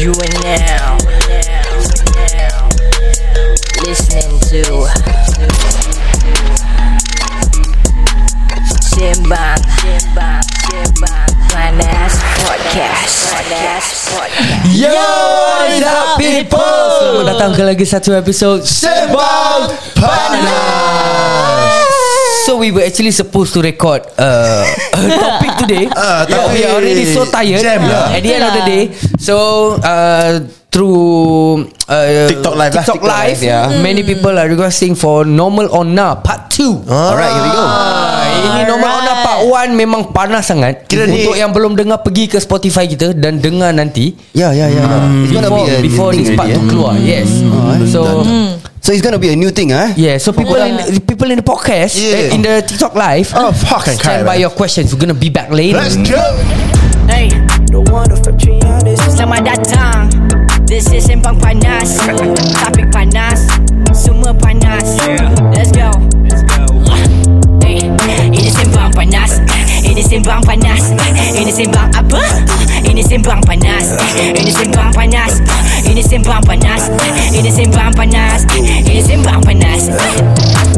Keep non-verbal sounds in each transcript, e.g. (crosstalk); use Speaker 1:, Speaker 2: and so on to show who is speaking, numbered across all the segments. Speaker 1: You are now listening to Simbang Simbang Simbang Finance Podcast Finance Podcast
Speaker 2: Yo, what up people?
Speaker 3: Selamat datang ke lagi satu episod
Speaker 2: Sembang Panas.
Speaker 3: So we were actually supposed to record uh, a
Speaker 2: (laughs)
Speaker 3: topic today
Speaker 2: Ah,
Speaker 3: Yeah, We are already so tired
Speaker 2: Jam lah.
Speaker 3: At the end of the
Speaker 4: Betul
Speaker 3: day
Speaker 4: lah.
Speaker 3: So uh, Through uh,
Speaker 2: TikTok live lah,
Speaker 3: TikTok
Speaker 2: TikTok live,
Speaker 3: live
Speaker 2: yeah.
Speaker 4: Hmm.
Speaker 3: Many people are requesting for Normal or Na Part 2
Speaker 2: Alright, here we go.
Speaker 3: Ini normal right. Ona Part 1 memang panas sangat
Speaker 2: Kira ni-
Speaker 3: Untuk yang belum dengar pergi ke Spotify kita Dan dengar nanti
Speaker 5: Yeah, yeah, yeah. It's gonna
Speaker 3: Hmm. Before,
Speaker 5: be a
Speaker 3: before
Speaker 5: new
Speaker 3: this
Speaker 5: thing
Speaker 3: part tu
Speaker 5: already,
Speaker 3: keluar Yes So
Speaker 5: eh. So it's gonna be a new thing, eh?
Speaker 3: Yeah, so people in the, people in the podcast,
Speaker 2: Yeah.
Speaker 3: eh, in the TikTok live,
Speaker 2: Oh, fucking
Speaker 3: stand
Speaker 2: crap,
Speaker 3: by
Speaker 2: man.
Speaker 3: your questions. We're gonna be back later.
Speaker 2: Let's go.
Speaker 1: Hey Selamat datang This is Sembang Panas Topik panas Semua panas Let's go Hey, Ini Sembang Panas Ini Sembang Panas Ini Sembang apa? Ini Sembang Panas Ini Sembang Panas Ini Sembang Panas Ini Sembang Panas Ini Sembang Panas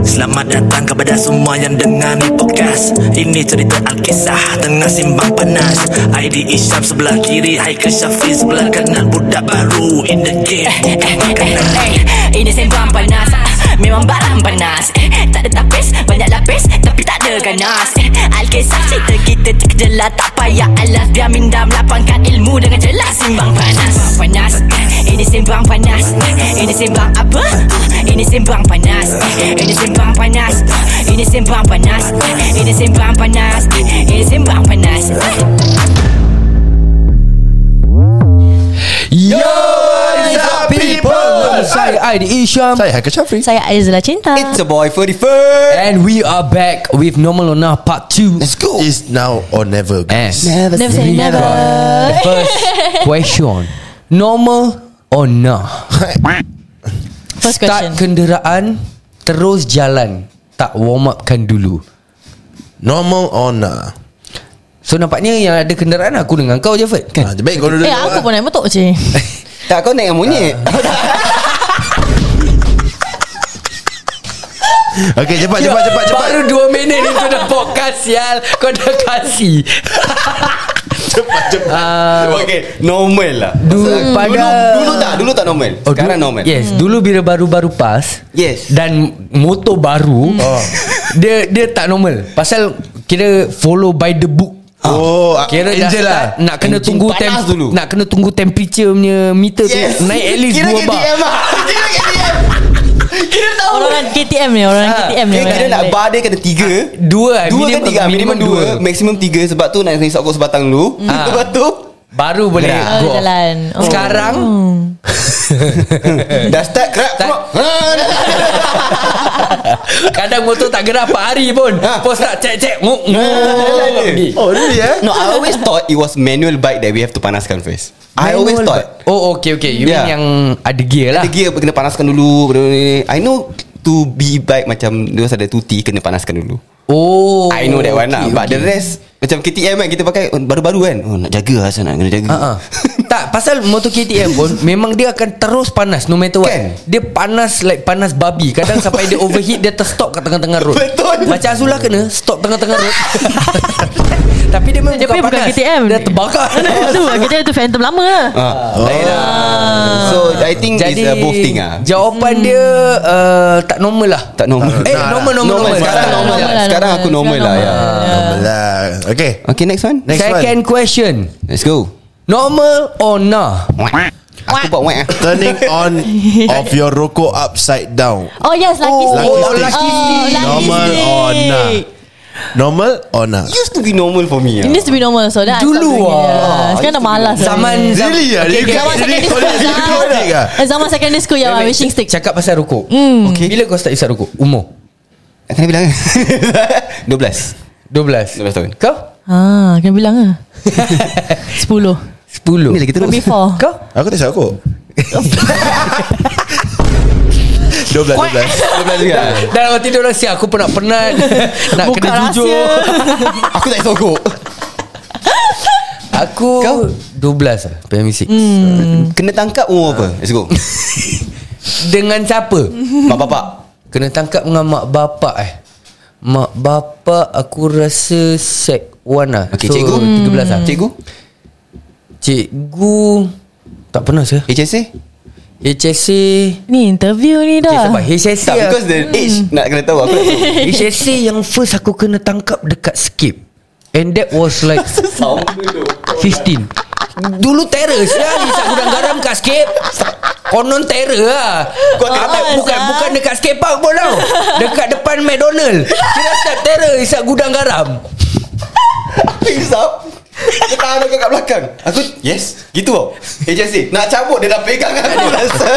Speaker 6: Selamat datang kepada semua yang dengar ni podcast Ini cerita Alkisah tengah simbang panas ID Isyam sebelah kiri Haikal Syafiq sebelah kanan Budak baru in the game
Speaker 1: Eh, eh, eh, eh, Ini sembang panas Ah, Memang barang panas Eh, Tak ada tapis Banyak lapis Tapi tak ada ganas Eh, Alkisah cerita kita terkejelah Tak payah alas Biar minda melapangkan ilmu Dengan jelas Simbang panas Sembang panas Eh, Ini sembang panas Eh, Ini sembang apa? Ah, Ini sembang panas Eh, Ini sembang panas Ah, Ini sembang panas Eh, Ini sembang panas Eh, Ini sembang panas Eh,
Speaker 3: Yo,
Speaker 2: what's up, people?
Speaker 3: Saya Aid Isham
Speaker 2: Saya Haikal Syafri.
Speaker 4: Saya Aizla Eh, Cinta
Speaker 5: It's a boy 41st.
Speaker 3: and we are back with Normal or Not Part 2.
Speaker 5: Let's go.
Speaker 2: It's now or never.
Speaker 3: And
Speaker 5: never,
Speaker 4: Never
Speaker 5: say
Speaker 4: say never
Speaker 3: the first question, normal or not?
Speaker 4: First
Speaker 3: Start
Speaker 4: question
Speaker 3: kenderaan, terus jalan, tak warm upkan dulu.
Speaker 2: Normal or nah?
Speaker 3: So nampaknya yang ada kenderaan aku dengan kau je Fat
Speaker 2: Ah, baik kau dulu.
Speaker 4: Eh aku pun nak betul je
Speaker 5: Tak, kau naik dengan monyet.
Speaker 2: Okay, cepat, cepat, cepat, cepat.
Speaker 3: Baru 2 minit itu
Speaker 5: (laughs)
Speaker 3: dah podcast sial Kau dah kasih
Speaker 5: Oh, Cepat, cepat. (laughs)
Speaker 2: (laughs)
Speaker 5: okay, normal lah.
Speaker 3: Dulu Ah.
Speaker 5: Pasal
Speaker 3: pada-
Speaker 5: dulu, dulu tak, dulu tak normal. Sekarang
Speaker 3: dulu-
Speaker 5: normal.
Speaker 3: Yes Dulu bila baru-baru pas
Speaker 5: Hmm. Yes. Hmm.
Speaker 3: Dan motor baru
Speaker 2: Oh.
Speaker 3: Dia dia tak normal Pasal Kira follow by the book
Speaker 5: Ah,
Speaker 2: Oh,
Speaker 3: Kira dah
Speaker 2: Angel
Speaker 3: start Nak kena
Speaker 5: Engine
Speaker 3: tunggu
Speaker 5: lah. panas dulu.
Speaker 3: Nak kena tunggu temperature punya meter
Speaker 5: Yes.
Speaker 3: tu Naik at least
Speaker 5: Kira
Speaker 3: 2 bar
Speaker 5: KTM
Speaker 3: (laughs)
Speaker 5: lah. Kira KTM. Kira tahu.
Speaker 4: Orang kan KTM ni Orang
Speaker 3: Ah,
Speaker 4: KTM ni
Speaker 5: Kira
Speaker 4: orang
Speaker 5: kena nak
Speaker 4: lain.
Speaker 5: bar dia kena tiga.
Speaker 3: Dua eh,
Speaker 5: Dua
Speaker 3: minimum-
Speaker 5: ke tiga Minimum
Speaker 3: minimum
Speaker 5: dua
Speaker 3: dua.
Speaker 5: Maksimum tiga Sebab tu nak nisok kau sebatang dulu
Speaker 3: Ah.
Speaker 5: Lepas tu
Speaker 3: Baru boleh
Speaker 5: Gerak.
Speaker 4: Oh,
Speaker 3: go off.
Speaker 4: jalan. Oh.
Speaker 3: Sekarang
Speaker 5: Dah start kerap
Speaker 3: Eh. Start.
Speaker 5: kerap. Ha, dah.
Speaker 3: Kadang motor tak gerak 4 hari pun
Speaker 5: Ha.
Speaker 3: Pos tak cek-cek Nguk
Speaker 5: Ah, jalan
Speaker 3: nguk
Speaker 5: dia.
Speaker 3: pergi.
Speaker 2: Oh, really eh?
Speaker 5: No, I always thought it was manual bike that we have to panaskan first. I always
Speaker 3: Manual
Speaker 5: thought
Speaker 3: bike. Oh okay okay You mean
Speaker 5: Yeah.
Speaker 3: yang Ada gear lah
Speaker 5: the gear kena panaskan dulu. benda ni. I know to be bike macam dia ada 2T kena panaskan dulu.
Speaker 3: Oh
Speaker 5: I know that one lah.
Speaker 3: okay,
Speaker 5: But
Speaker 3: okay.
Speaker 5: the rest macam KTM kan kita pakai oh, baru-baru kan. Oh nak jaga Hasan nak kena jaga.
Speaker 3: Uh-uh. tak pasal motor KTM
Speaker 5: (laughs)
Speaker 3: pun Memang dia akan terus panas No matter what
Speaker 5: Kan?
Speaker 3: Dia panas like panas babi Kadang sampai dia overheat Dia terstop kat tengah-tengah road
Speaker 5: Betul.
Speaker 3: Macam Azula kena Stop tengah-tengah
Speaker 5: (laughs)
Speaker 3: road Tapi dia memang
Speaker 4: Dia punya bukan
Speaker 3: panas
Speaker 4: KTM.
Speaker 3: Dia
Speaker 4: (laughs)
Speaker 3: terbakar
Speaker 4: (laughs) Tu KTM tu Phantom lama lah
Speaker 5: Ah, lain lah.
Speaker 3: Ah.
Speaker 5: So I think it's a both thing ah.
Speaker 3: Jawapan dia uh, Tak normal lah
Speaker 5: Tak normal.
Speaker 3: Eh normal normal, normal.
Speaker 5: Sekarang
Speaker 3: Sekarang
Speaker 5: normal
Speaker 4: normal
Speaker 5: lah.
Speaker 4: lah,
Speaker 5: Sekarang aku
Speaker 4: normal.
Speaker 5: normal lah ya.
Speaker 4: Sekarang
Speaker 2: Normal lah. Okay.
Speaker 5: Okay next one.
Speaker 2: Next one.
Speaker 3: Second question
Speaker 5: Let's go.
Speaker 3: Normal or nah
Speaker 5: Aku buat whack ah.
Speaker 2: Turning on of your rokok upside down.
Speaker 4: Oh yes Lucky
Speaker 2: Oh,
Speaker 4: Stick
Speaker 2: oh, lucky stick.
Speaker 4: lucky
Speaker 2: Normal ah.
Speaker 4: stick.
Speaker 2: or not? Normal or nah?
Speaker 5: Used to be normal for me
Speaker 4: It
Speaker 5: ah.
Speaker 4: needs to be normal So then I
Speaker 3: Dulu
Speaker 4: start doing it,
Speaker 3: ah.
Speaker 4: yeah. ya. Sekarang dah malas lah.
Speaker 3: Zaman
Speaker 2: Really ah?
Speaker 3: Okay, okay.
Speaker 2: You can't
Speaker 4: Zaman secondary
Speaker 2: really
Speaker 4: (laughs) school
Speaker 2: call it
Speaker 4: Zaman-
Speaker 2: rokok stick ah?
Speaker 4: Eh, Zaman secondary school Yang
Speaker 3: Wait, wait.
Speaker 4: wishing stick
Speaker 3: Cakap pasal rokok okay. Bila kau start isap rokok? Umur?
Speaker 5: Nak kena bilang (laughs) kan? 12
Speaker 3: 12
Speaker 5: 12 tahun.
Speaker 3: Kau?
Speaker 4: Ah, Kena bilang lah
Speaker 3: 10
Speaker 4: 10
Speaker 5: Ni lagi terus.
Speaker 4: Primary four.
Speaker 3: Oh. Kau?
Speaker 2: Aku tak syak rokok (laughs)
Speaker 3: (laughs)
Speaker 5: 12
Speaker 2: 12 12
Speaker 5: juga
Speaker 3: Dalam waktu tidur orang siap Aku penat-penat Nak
Speaker 4: Buka
Speaker 3: kena
Speaker 4: rahsia.
Speaker 3: jujur
Speaker 5: Aku tak sokok
Speaker 3: Aku Aku
Speaker 5: Kau?
Speaker 3: 12 lah Pilihan muzik
Speaker 5: Kena tangkap umur apa
Speaker 2: Ah.
Speaker 5: Let's go
Speaker 3: Dengan siapa?
Speaker 5: Mak bapak
Speaker 3: Kena tangkap dengan mak bapak eh Mak bapak aku rasa sec 1 lah
Speaker 5: Okay so, cikgu
Speaker 3: 13 lah
Speaker 5: Cikgu
Speaker 3: Cikgu Tak pernah saya
Speaker 5: HSA
Speaker 3: HSC
Speaker 4: Ni interview ni
Speaker 3: Okay,
Speaker 4: dah
Speaker 3: sebab HSC
Speaker 5: Tak
Speaker 3: lah.
Speaker 5: because the
Speaker 2: Hmm.
Speaker 5: age Nak kena tahu Aku nak tahu
Speaker 3: HSC yang first aku kena tangkap dekat skip And that was like 15 Dulu terror lah Isap gudang garam kat skip Konon terror lah Kau
Speaker 4: Come
Speaker 3: tak
Speaker 4: on,
Speaker 3: bukan,
Speaker 4: Zah.
Speaker 3: bukan dekat skate park pun tau Dekat depan McDonald Kira tak terror isap gudang garam
Speaker 5: Face up Dia tahan aku kat belakang Aku Yes Gitu tau HSA Nak cabut Dia dah pegang aku rasa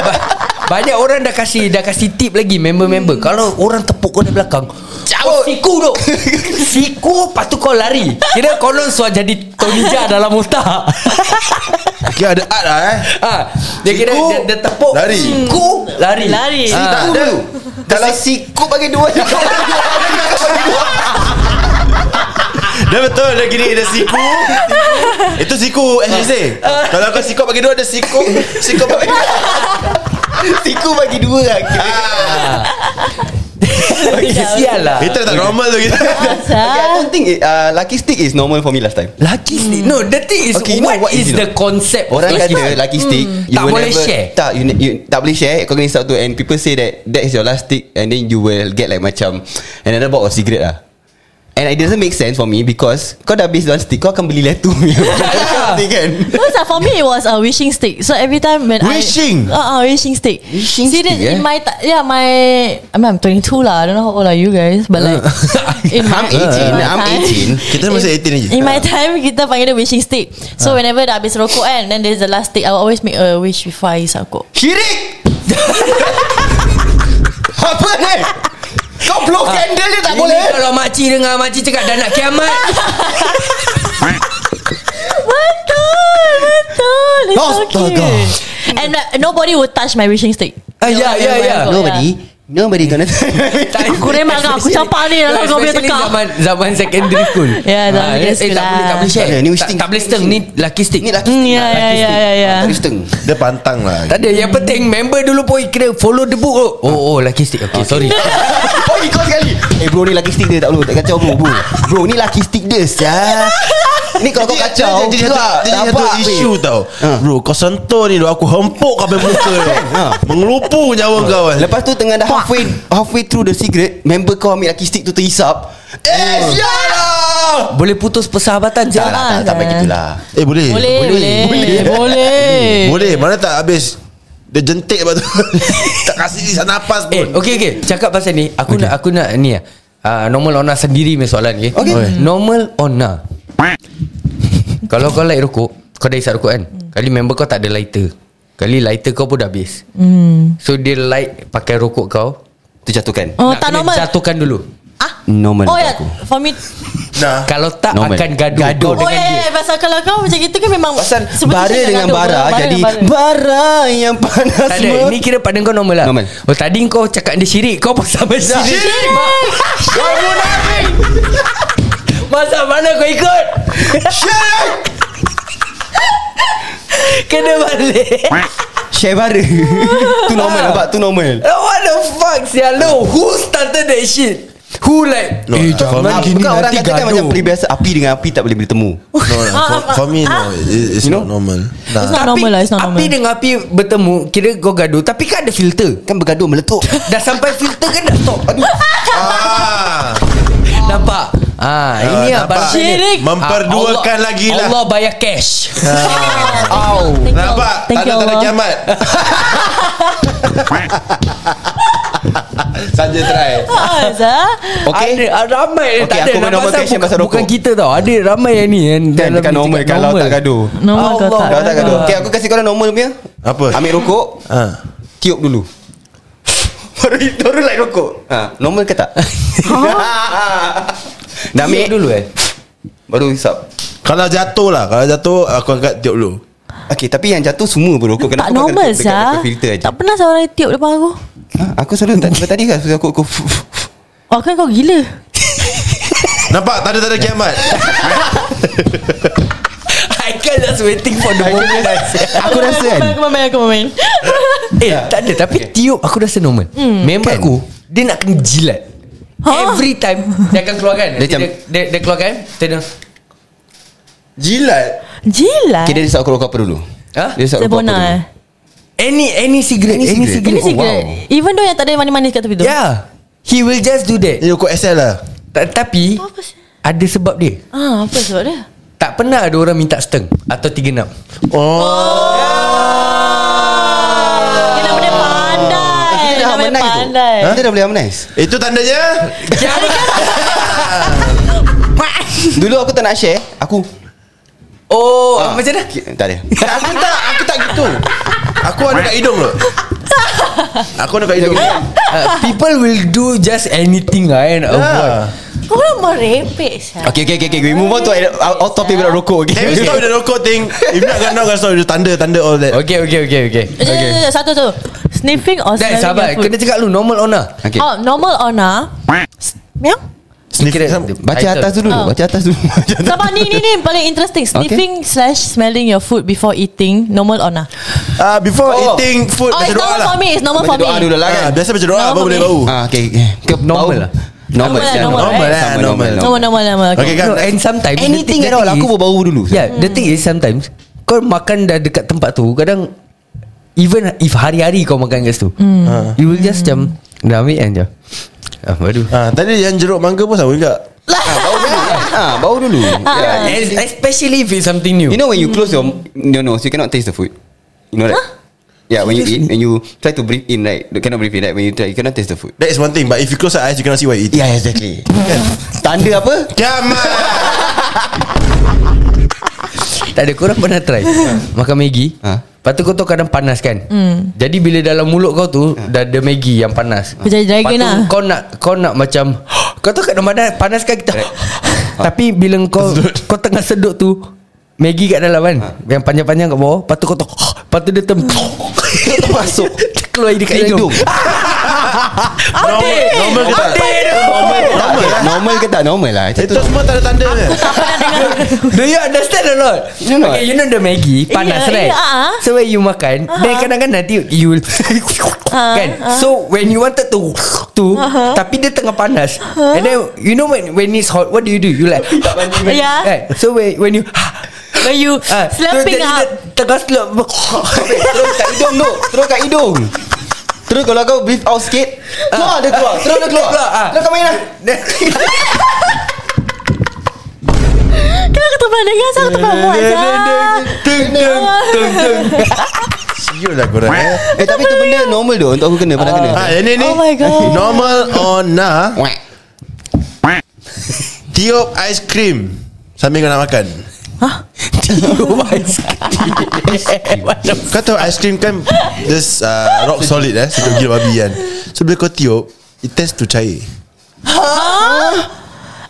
Speaker 3: Banyak orang dah kasih Dah kasih tip lagi Member-member Kalau orang tepuk kau dari belakang Kau siku duk Siku Lepas tu kau lari Kira konon suar jadi Tonja dalam otak
Speaker 2: Okay ada art lah eh
Speaker 3: ha, Dia kira
Speaker 2: Siku,
Speaker 3: dia, dia tepuk
Speaker 2: lari.
Speaker 3: Siku Lari
Speaker 4: Lari.
Speaker 3: Ah.
Speaker 5: Siku dulu Kalau siku bagi dua Kau bagi dua Kau bagi dua
Speaker 2: Dia betul Dia gini Dia siku Itu siku
Speaker 5: Ah.
Speaker 2: HSA Kalau kau siku bagi dua Dia siku Siku bagi dua
Speaker 5: Siku bagi dua lah
Speaker 2: Ah.
Speaker 3: Sial lah
Speaker 2: Kita tak normal tu kita
Speaker 5: Okay, I don't think it, uh, Lucky stick is normal for me last time
Speaker 3: Lucky stick No the thing is
Speaker 5: Okay, you know
Speaker 3: what,
Speaker 5: what
Speaker 3: is
Speaker 5: is it
Speaker 3: the concept of
Speaker 5: Orang
Speaker 3: lucky
Speaker 5: kata
Speaker 3: stick?
Speaker 5: lucky stick
Speaker 3: Hmm. Tak
Speaker 5: will
Speaker 3: boleh share.
Speaker 5: Tak you, you, Tak boleh share Kau kena hisap tu And people say that That is your last stick And then you will get like macam Another box of cigarette lah And it doesn't make sense for me Because Kau dah habis one stick Kau akan beli (laughs) letu punya Stick kan
Speaker 4: No, sir, for me it was a wishing stick. So every time when
Speaker 2: Wishing?
Speaker 4: I uh, uh, wishing stick.
Speaker 5: Wishing
Speaker 4: See, then
Speaker 5: stick, eh?
Speaker 4: in my ti- yeah, my I mean, I'm 22 lah. I don't know how old are you guys, but like in
Speaker 5: I'm 18 I'm 18
Speaker 2: Kita masih 18 lagi
Speaker 4: In my time Kita panggil dia wishing stick So whenever dah habis rokok kan Then there's the last stick I will always make a wish Before I isap rokok
Speaker 5: Syirik Apa ni Kau blow candle dia tak
Speaker 3: Ini
Speaker 5: boleh
Speaker 3: Kalau makcik dengar Makcik cakap dah nak
Speaker 5: (laughs)
Speaker 3: kiamat
Speaker 4: Betul Betul It's
Speaker 5: Astaga.
Speaker 4: okay And uh, nobody would touch my wishing stick
Speaker 3: Ah, ya, ya, ya.
Speaker 4: Nobody.
Speaker 5: Nobody
Speaker 3: (laughs)
Speaker 5: gonna
Speaker 4: Aku remak kau, aku campak ni dalam kau punya
Speaker 3: Especially
Speaker 4: tekak.
Speaker 3: Zaman zaman secondary school
Speaker 4: (laughs) Ya, zaman
Speaker 3: Ah,
Speaker 4: secondary
Speaker 3: eh, tak
Speaker 4: school lah.
Speaker 3: boleh Tak boleh share
Speaker 5: Tak ada, ni
Speaker 3: Tak-
Speaker 5: stick.
Speaker 3: Tak boleh steng Ni lucky stick
Speaker 5: Ni lucky
Speaker 4: Hmm,
Speaker 5: stick
Speaker 4: ya,
Speaker 5: lah,
Speaker 4: ya,
Speaker 5: lucky
Speaker 4: ya,
Speaker 5: stick.
Speaker 4: ya, ya.
Speaker 5: Lucky stick.
Speaker 2: Dia pantang lah
Speaker 3: Tak ada Yang penting member dulu pun Kira follow the book oh. Oh oh lucky stick Okay,
Speaker 4: (laughs)
Speaker 3: sorry
Speaker 5: Oh ikut sekali Eh bro ni lucky stick dia tak perlu Tak kacau bro bro Bro ni lucky stick dia Sial Ni kalau kau kacau
Speaker 2: Jadi satu, jadi satu isu tau
Speaker 5: Ha.
Speaker 2: Bro kau sentuh ni duk, Aku hempuk kau punya muka (laughs) ni.
Speaker 5: Ha.
Speaker 2: Mengelupu nyawa kau eh.
Speaker 5: Lepas tu tengah dah halfway Halfway through the cigarette Member kau ambil lucky stick tu terhisap Eh
Speaker 2: Hmm.
Speaker 5: sial lah
Speaker 3: Boleh putus persahabatan je
Speaker 5: Tak lah tak- tak baik gitulah
Speaker 2: Eh boleh
Speaker 4: Boleh Boleh Boleh,
Speaker 2: Boleh Mana tak habis Dia jentik lepas (laughs) tu Tak kasih isap nafas
Speaker 3: Eh
Speaker 2: pun
Speaker 3: okay okay Cakap pasal ni Aku nak aku nak ni lah Ah, normal ona sendiri punya soalan okay?
Speaker 5: Okay.
Speaker 3: Hmm. Normal
Speaker 4: (laughs)
Speaker 3: ona Kalau kau light rokok Kau dah isap rokok kan
Speaker 4: Hmm.
Speaker 3: Kali member kau tak ada lighter Kali lighter kau pun dah habis So dia light Pakai rokok kau
Speaker 5: Tu jatuhkan
Speaker 4: Hmm. Oh
Speaker 3: Nak
Speaker 4: tak
Speaker 3: kena
Speaker 4: normal
Speaker 3: Jatuhkan dulu
Speaker 4: Ah
Speaker 5: Normal
Speaker 4: Oh
Speaker 5: untuk
Speaker 4: ya
Speaker 5: aku.
Speaker 4: For me
Speaker 2: Nah
Speaker 4: (laughs)
Speaker 3: Kalau tak
Speaker 5: Normal.
Speaker 3: akan gaduh,
Speaker 5: Gaduh.
Speaker 3: gaduh.
Speaker 4: Oh ya ya ya, Pasal kalau kau macam gitu kan memang
Speaker 5: Pasal
Speaker 4: sebelum tu
Speaker 5: bara
Speaker 4: jangan
Speaker 5: dengan
Speaker 4: gaduh,
Speaker 5: bara Jadi (laughs)
Speaker 4: dengan bara.
Speaker 5: bara yang panas
Speaker 3: Tak ada Ni kira pada kau normal lah
Speaker 5: Normal.
Speaker 3: Oh tadi kau cakap dia syirik Kau pun sama syirik Syirik (laughs) Kau munafik Masa mana kau ikut Syirik Kena balik
Speaker 5: Share bara
Speaker 4: (laughs)
Speaker 5: Tu normal
Speaker 3: Ah.
Speaker 5: nampak Tu normal
Speaker 3: Oh, What the fuck Sial No Who started that shit Who like
Speaker 2: No,
Speaker 3: Eh
Speaker 2: tak
Speaker 3: jangan
Speaker 2: faham.
Speaker 3: gini
Speaker 5: Bukan orang
Speaker 3: nanti
Speaker 5: kata kan macam
Speaker 3: gaduh
Speaker 5: peribahasa Api dengan api tak boleh bertemu
Speaker 2: No, no. For,
Speaker 4: Ah,
Speaker 2: for me no It- It's
Speaker 5: You
Speaker 2: not
Speaker 5: know?
Speaker 2: normal (laughs)
Speaker 4: It's
Speaker 2: Nah
Speaker 4: not normal lah It's not normal
Speaker 3: Api dengan api bertemu Kira kau gaduh Tapi kan ada filter
Speaker 5: Kan bergaduh
Speaker 4: (laughs)
Speaker 5: meletup
Speaker 3: Dah sampai filter kan dah stop Aduh
Speaker 2: Ah.
Speaker 3: Nampak Ah, ini
Speaker 2: Ah,
Speaker 3: lah
Speaker 2: nampak.
Speaker 3: barang dia.
Speaker 4: Syirik.
Speaker 2: Memperduakan
Speaker 3: Ah, Allah-
Speaker 2: lagi lah.
Speaker 3: Allah bayar
Speaker 5: (laughs)
Speaker 3: cash
Speaker 5: Au
Speaker 4: Thank you,
Speaker 2: Nampak
Speaker 4: Thank
Speaker 2: Tanda
Speaker 4: you
Speaker 2: tanda
Speaker 4: Allah. (laughs)
Speaker 2: kiamat Saja try
Speaker 4: Ah, Zah.
Speaker 5: Okay
Speaker 3: Ada ah, ramai yang tak ada
Speaker 5: Okay, aku main
Speaker 3: Nak
Speaker 5: normal
Speaker 3: pasal
Speaker 5: question
Speaker 3: bu-
Speaker 5: pasal rokok.
Speaker 3: Bukan kita tau Ada ramai yang ni yang
Speaker 5: Kan
Speaker 3: dalam
Speaker 5: dekat
Speaker 3: ni
Speaker 5: normal
Speaker 3: cakap
Speaker 5: Kalau tak gaduh
Speaker 4: Normal kau
Speaker 3: Allah.
Speaker 4: tak
Speaker 5: Kalau tak gaduh
Speaker 4: gaduh.
Speaker 5: Okay aku kasih korang normal punya
Speaker 2: Apa?
Speaker 5: Ambil rokok
Speaker 2: Ha.
Speaker 5: Tiup dulu Baru baru light rokok ha, Normal ke tak? Dah ambil
Speaker 3: Ambil dulu eh
Speaker 5: Baru hisap
Speaker 2: Kalau jatuh lah Kalau jatuh Aku angkat tiup dulu
Speaker 5: Okay tapi yang jatuh semua berokok
Speaker 4: Tak
Speaker 5: Kenapa kau
Speaker 4: normal
Speaker 5: (laughs) kena dekat-
Speaker 4: Zah
Speaker 5: dekat filter aja
Speaker 4: Tak pernah seorang yang tiup depan aku
Speaker 5: ha, Aku selalu tak Tadi kan Sebab aku aku-
Speaker 4: Oh kan kau gila
Speaker 2: Nampak tanda tanda kiamat
Speaker 3: (laughs) I Haikal just waiting for the moment
Speaker 5: Aku rasa kan Ya.
Speaker 4: Aku main Aku main
Speaker 3: Eh tak ada Tapi tiup aku rasa normal Member
Speaker 5: Kan?
Speaker 3: aku Dia nak kena jilat
Speaker 4: Hah?
Speaker 3: Every time Dia akan keluarkan
Speaker 5: Dia
Speaker 3: Nanti Dia,
Speaker 5: macam-
Speaker 3: dia, dia keluarkan Dia dia-
Speaker 2: Jilat
Speaker 4: Jilat
Speaker 5: Kira dia sok rokok apa dulu
Speaker 3: Ha?
Speaker 5: Dia sok rokok apa
Speaker 4: Sebona
Speaker 5: dulu
Speaker 4: Oh, eh
Speaker 3: Any any cigarette
Speaker 5: Any
Speaker 3: Any cigarette,
Speaker 5: cigarette? Oh,
Speaker 4: Ini cigarette
Speaker 5: wow. Ya.
Speaker 4: Even though yang tak ada manis-manis kat tepi tu
Speaker 3: Yeah He will just do that
Speaker 2: Dia rokok SL lah
Speaker 3: Ta- Tapi
Speaker 4: Apa sih
Speaker 3: Ada sebab dia
Speaker 4: Ah, apa sebab dia?
Speaker 3: Tak pernah ada orang minta steng Atau 36
Speaker 5: Oh.
Speaker 4: Dia nak benda pandai.
Speaker 5: Kita
Speaker 4: Dia
Speaker 5: dah
Speaker 4: nak benda
Speaker 5: harmonize tu
Speaker 4: pandai.
Speaker 5: Kita dah boleh harmonize
Speaker 2: Itu tandanya
Speaker 5: Dulu aku tak nak share Aku
Speaker 3: Oh ah. Macam mana
Speaker 5: Ki- Tak ada
Speaker 2: Tak, Aku tak Aku tak gitu Aku ada kat hidung tu Aku ada kat hidung
Speaker 3: uh, People will do just anything lah kan yeah.
Speaker 2: Ah.
Speaker 4: Kau orang merepek Syah.
Speaker 5: Okay okay okay, okay. We move on to Out topic about rokok
Speaker 2: Can we
Speaker 5: okay?
Speaker 2: stop the rokok thing If not gonna gonna stop The thunder thunder all that
Speaker 3: Okay okay okay okay
Speaker 4: Jom, jom,
Speaker 3: Okay
Speaker 4: jom, jom. Ya, Satu tu. Sniffing or
Speaker 3: Dan
Speaker 4: smelling
Speaker 3: sahabat
Speaker 4: your food?
Speaker 3: Kena cakap lu normal or not
Speaker 5: Okay.
Speaker 4: Oh, normal or not? (laughs) Miang?
Speaker 2: Sniff
Speaker 3: Kira-
Speaker 2: some-
Speaker 5: Baca
Speaker 3: Title.
Speaker 5: atas dulu
Speaker 4: Oh.
Speaker 5: Baca atas dulu (laughs) Baca atas.
Speaker 4: Sabar ni ni ni paling interesting Sniffing slash smelling your food before eating Normal or not?
Speaker 2: Ah, Before
Speaker 3: Oh.
Speaker 2: eating food
Speaker 4: Oh
Speaker 2: Baca
Speaker 4: it's
Speaker 2: doa
Speaker 4: normal
Speaker 2: lah
Speaker 4: for me It's normal
Speaker 5: Baca
Speaker 4: for me
Speaker 5: doa dulu lah
Speaker 2: Ah,
Speaker 5: kan
Speaker 2: Biasa baca doa
Speaker 4: Normal
Speaker 2: Baru
Speaker 4: for
Speaker 2: boleh
Speaker 4: me.
Speaker 2: bau
Speaker 5: Ah, okay, okay. Ke
Speaker 3: Normal
Speaker 5: bau-
Speaker 3: lah.
Speaker 5: Normal,
Speaker 4: Normal lah,
Speaker 5: siang.
Speaker 4: normal, Normal
Speaker 2: eh? lah,
Speaker 5: Sama,
Speaker 2: normal.
Speaker 4: Normal normal normal
Speaker 2: Okay,
Speaker 4: okay.
Speaker 2: kan?
Speaker 3: No, and sometimes
Speaker 5: Anything
Speaker 3: the
Speaker 5: at
Speaker 3: thing-
Speaker 5: all
Speaker 3: the thing
Speaker 5: Aku
Speaker 3: is-
Speaker 5: berbau dulu
Speaker 3: Yeah the thing is sometimes Kau makan dah dekat tempat tu Kadang Even if hari-hari kau makan kat situ
Speaker 4: Hmm.
Speaker 3: mm. You will just macam Dah ambil kan je ah, Baru
Speaker 2: Ah, Tadi yang jeruk mangga pun sama juga
Speaker 5: (laughs) Ah, Bau dulu (laughs) Ah, Bau dulu Yeah.
Speaker 3: And Especially if it's something new
Speaker 5: You know when you close your your nose, you cannot taste the food. You know that? Yeah, when you eat, when you try to breathe in, right? You cannot breathe in, right? When you try, you cannot taste the food.
Speaker 2: That is one thing But if you close your eyes You cannot see what you eat
Speaker 5: Yeah, exactly. Tanda apa?
Speaker 2: Come
Speaker 4: (laughs)
Speaker 2: on
Speaker 3: Tak ada korang pernah (laughs) try Makan Maggi
Speaker 5: Ha.
Speaker 3: Lepas tu kau tahu kadang panas kan
Speaker 4: Hmm.
Speaker 3: mm. Jadi bila dalam mulut kau tu Dah ada Maggi yang panas
Speaker 4: Kau jadi dragon
Speaker 3: Lepas tu
Speaker 4: lah.
Speaker 3: kau nak Kau nak macam (gasps) Kau tahu kadang panas Panas kan kita (gasps) Tapi bila kau Kau tengah sedut tu Maggi kat dalam kan Yang panjang-panjang kat bawah Lepas tu kau tahu (gasps) Lepas tu dia tem (laughs) Masuk Keluar dekat hidung, Ah,
Speaker 5: Hidung.
Speaker 3: Normal
Speaker 2: Normal ke tak Normal Normal lah
Speaker 5: normal ke tak normal lah? Macam
Speaker 2: Itu
Speaker 5: tu.
Speaker 2: semua tak ada tanda je
Speaker 3: Do you understand or not?
Speaker 5: You
Speaker 3: okay,
Speaker 5: know what?
Speaker 3: you know the Maggi panas
Speaker 4: Yeah,
Speaker 3: right?
Speaker 4: yeah, ah.
Speaker 3: So when you makan, uh-huh. then kadang-kadang nanti you will kan. (laughs) Uh-huh. So when you wanted to to uh-huh. tapi dia tengah panas. Uh-huh. And then you know when when it's hot, what do you do? You (laughs) like
Speaker 4: Yeah.
Speaker 3: Right. So when when you (laughs)
Speaker 4: When you
Speaker 3: Ah, so
Speaker 4: Slapping
Speaker 3: jadi
Speaker 4: up
Speaker 3: dia Tengah (laughs) slap
Speaker 5: Terus kat hidung tu. Terus kat hidung. Terus kalau kau breathe out sikit, keluar dia keluar. Terus dia Ah. keluar.
Speaker 3: Keluar, ah.
Speaker 5: Terus kau main lah.
Speaker 4: Kenapa aku tak pernah dengar Saya aku tak pernah buat Syah.
Speaker 2: Tung tung tung tung Siul lah korang eh
Speaker 5: Eh tapi tu benda normal tu untuk aku kena pernah kena.
Speaker 2: Ah, yang ni ni
Speaker 4: Oh my God.
Speaker 2: Normal or nah
Speaker 5: Wah.
Speaker 2: Tiup ice cream Sambil kau nak makan Kau tahu ice cream kan Just uh, rock solid eh Sedap gila babi kan So bila kau tiup It tends to cair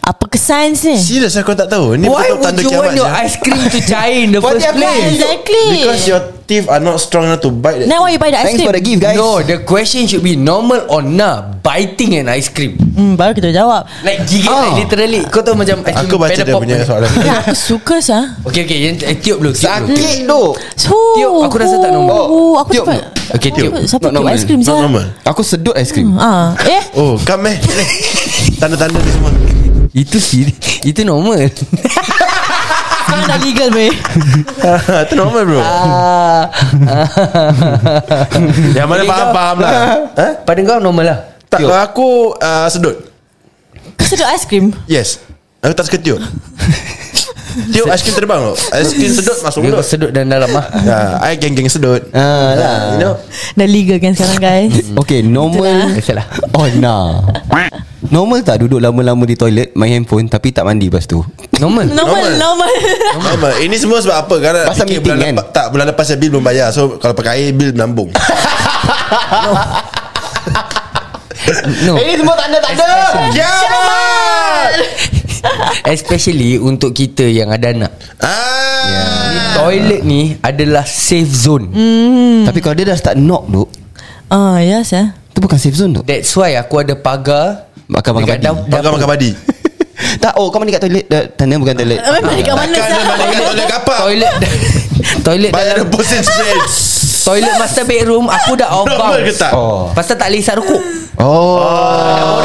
Speaker 4: Apa kesan sih
Speaker 2: Serius lah kau tak tahu Ni
Speaker 3: Why
Speaker 2: betul
Speaker 3: would
Speaker 2: tanda
Speaker 3: you
Speaker 2: kiamat
Speaker 3: want your
Speaker 2: sia.
Speaker 3: ice cream to cair in the
Speaker 5: What
Speaker 3: first
Speaker 5: happened?
Speaker 3: place?
Speaker 4: Exactly
Speaker 2: Because your teeth are not strong enough to bite that
Speaker 4: Then why you buy the ice
Speaker 5: Thanks
Speaker 4: cream
Speaker 5: for the gift guys.
Speaker 3: No, the question should be normal or not biting an ice cream.
Speaker 4: hmm, Baru kita jawab
Speaker 3: Like gigit oh.
Speaker 5: Ah.
Speaker 3: like, literally Kau tahu macam
Speaker 2: Aku baca dia punya soalan
Speaker 3: (laughs)
Speaker 4: Ya, aku suka sah.
Speaker 3: Okay okay yang, eh, Tiup dulu tiup dulu.
Speaker 5: Sakit tu.
Speaker 4: So,
Speaker 3: Tiup, aku rasa tak normal.
Speaker 4: Oh, aku
Speaker 5: Tiup.
Speaker 4: cepat.
Speaker 3: Okay, tiup.
Speaker 4: Siapa
Speaker 5: Not
Speaker 4: tiup
Speaker 5: normal.
Speaker 4: ice cream
Speaker 2: Not
Speaker 4: sah?
Speaker 2: normal
Speaker 5: Aku sedut ice cream.
Speaker 4: Ah, eh,
Speaker 2: Oh come eh (laughs) Ni. Tanda-tanda ni semua
Speaker 3: Itu sih Itu
Speaker 5: (laughs)
Speaker 3: normal
Speaker 4: kau nak giggle weh.
Speaker 2: Itu Ha, normal bro
Speaker 3: Ah.
Speaker 2: Yang mana
Speaker 3: Okay, kau-
Speaker 2: faham-faham
Speaker 3: (laughs)
Speaker 2: lah Ha?
Speaker 3: Pada kau normal lah
Speaker 2: Tak kalau aku uh, sedut
Speaker 4: Kau sedut ice cream.
Speaker 2: Yes Aku tak suka tiup Tiup ice cream terbang tu Ice cream sedut masuk
Speaker 3: Dia
Speaker 2: mulut
Speaker 3: sedut dan dalam lah
Speaker 2: Ya, I geng-geng sedut
Speaker 5: Ah lah.
Speaker 2: (laughs) You know
Speaker 4: Dah legal kan sekarang guys.
Speaker 5: Okay normal
Speaker 3: Biasalah
Speaker 5: Oh nah Normal tak duduk lama-lama di toilet Main handphone Tapi tak mandi lepas tu
Speaker 3: Normal
Speaker 4: Normal, normal.
Speaker 5: (laughs)
Speaker 2: Normal Ini semua sebab apa Karena
Speaker 5: Pasal
Speaker 2: fikir
Speaker 5: meeting,
Speaker 2: bulan
Speaker 5: kan?
Speaker 2: lepas, Tak bulan lepas saya bil belum bayar So kalau pakai air bil menambung
Speaker 3: No
Speaker 2: Eh,
Speaker 5: Ini semua tak ada tak ada
Speaker 2: Kiamat
Speaker 3: Especially untuk kita yang ada anak
Speaker 2: Ah
Speaker 3: Toilet ni adalah safe zone
Speaker 5: Tapi kalau dia dah start knock tu
Speaker 4: Ah, yes ya.
Speaker 5: eh. Tu bukan safe zone tu
Speaker 3: That's why aku ada pagar dekat
Speaker 5: Bakar-bakar padi
Speaker 3: dap-
Speaker 2: Pakai
Speaker 3: dapur.
Speaker 2: makan padi
Speaker 5: (laughs) Tak oh kau mandi kat toilet dah, Tanya bukan toilet
Speaker 4: Abang balik kat mana
Speaker 2: Takkan dia balik kat toilet kapak
Speaker 3: Toilet Toilet
Speaker 2: Bayar
Speaker 3: dalam
Speaker 2: the postage rate
Speaker 3: Toilet master bedroom Aku dah off
Speaker 2: Normal ke
Speaker 3: bounds
Speaker 2: tak
Speaker 5: Oh
Speaker 3: Pasal tak boleh isap rokok
Speaker 5: Oh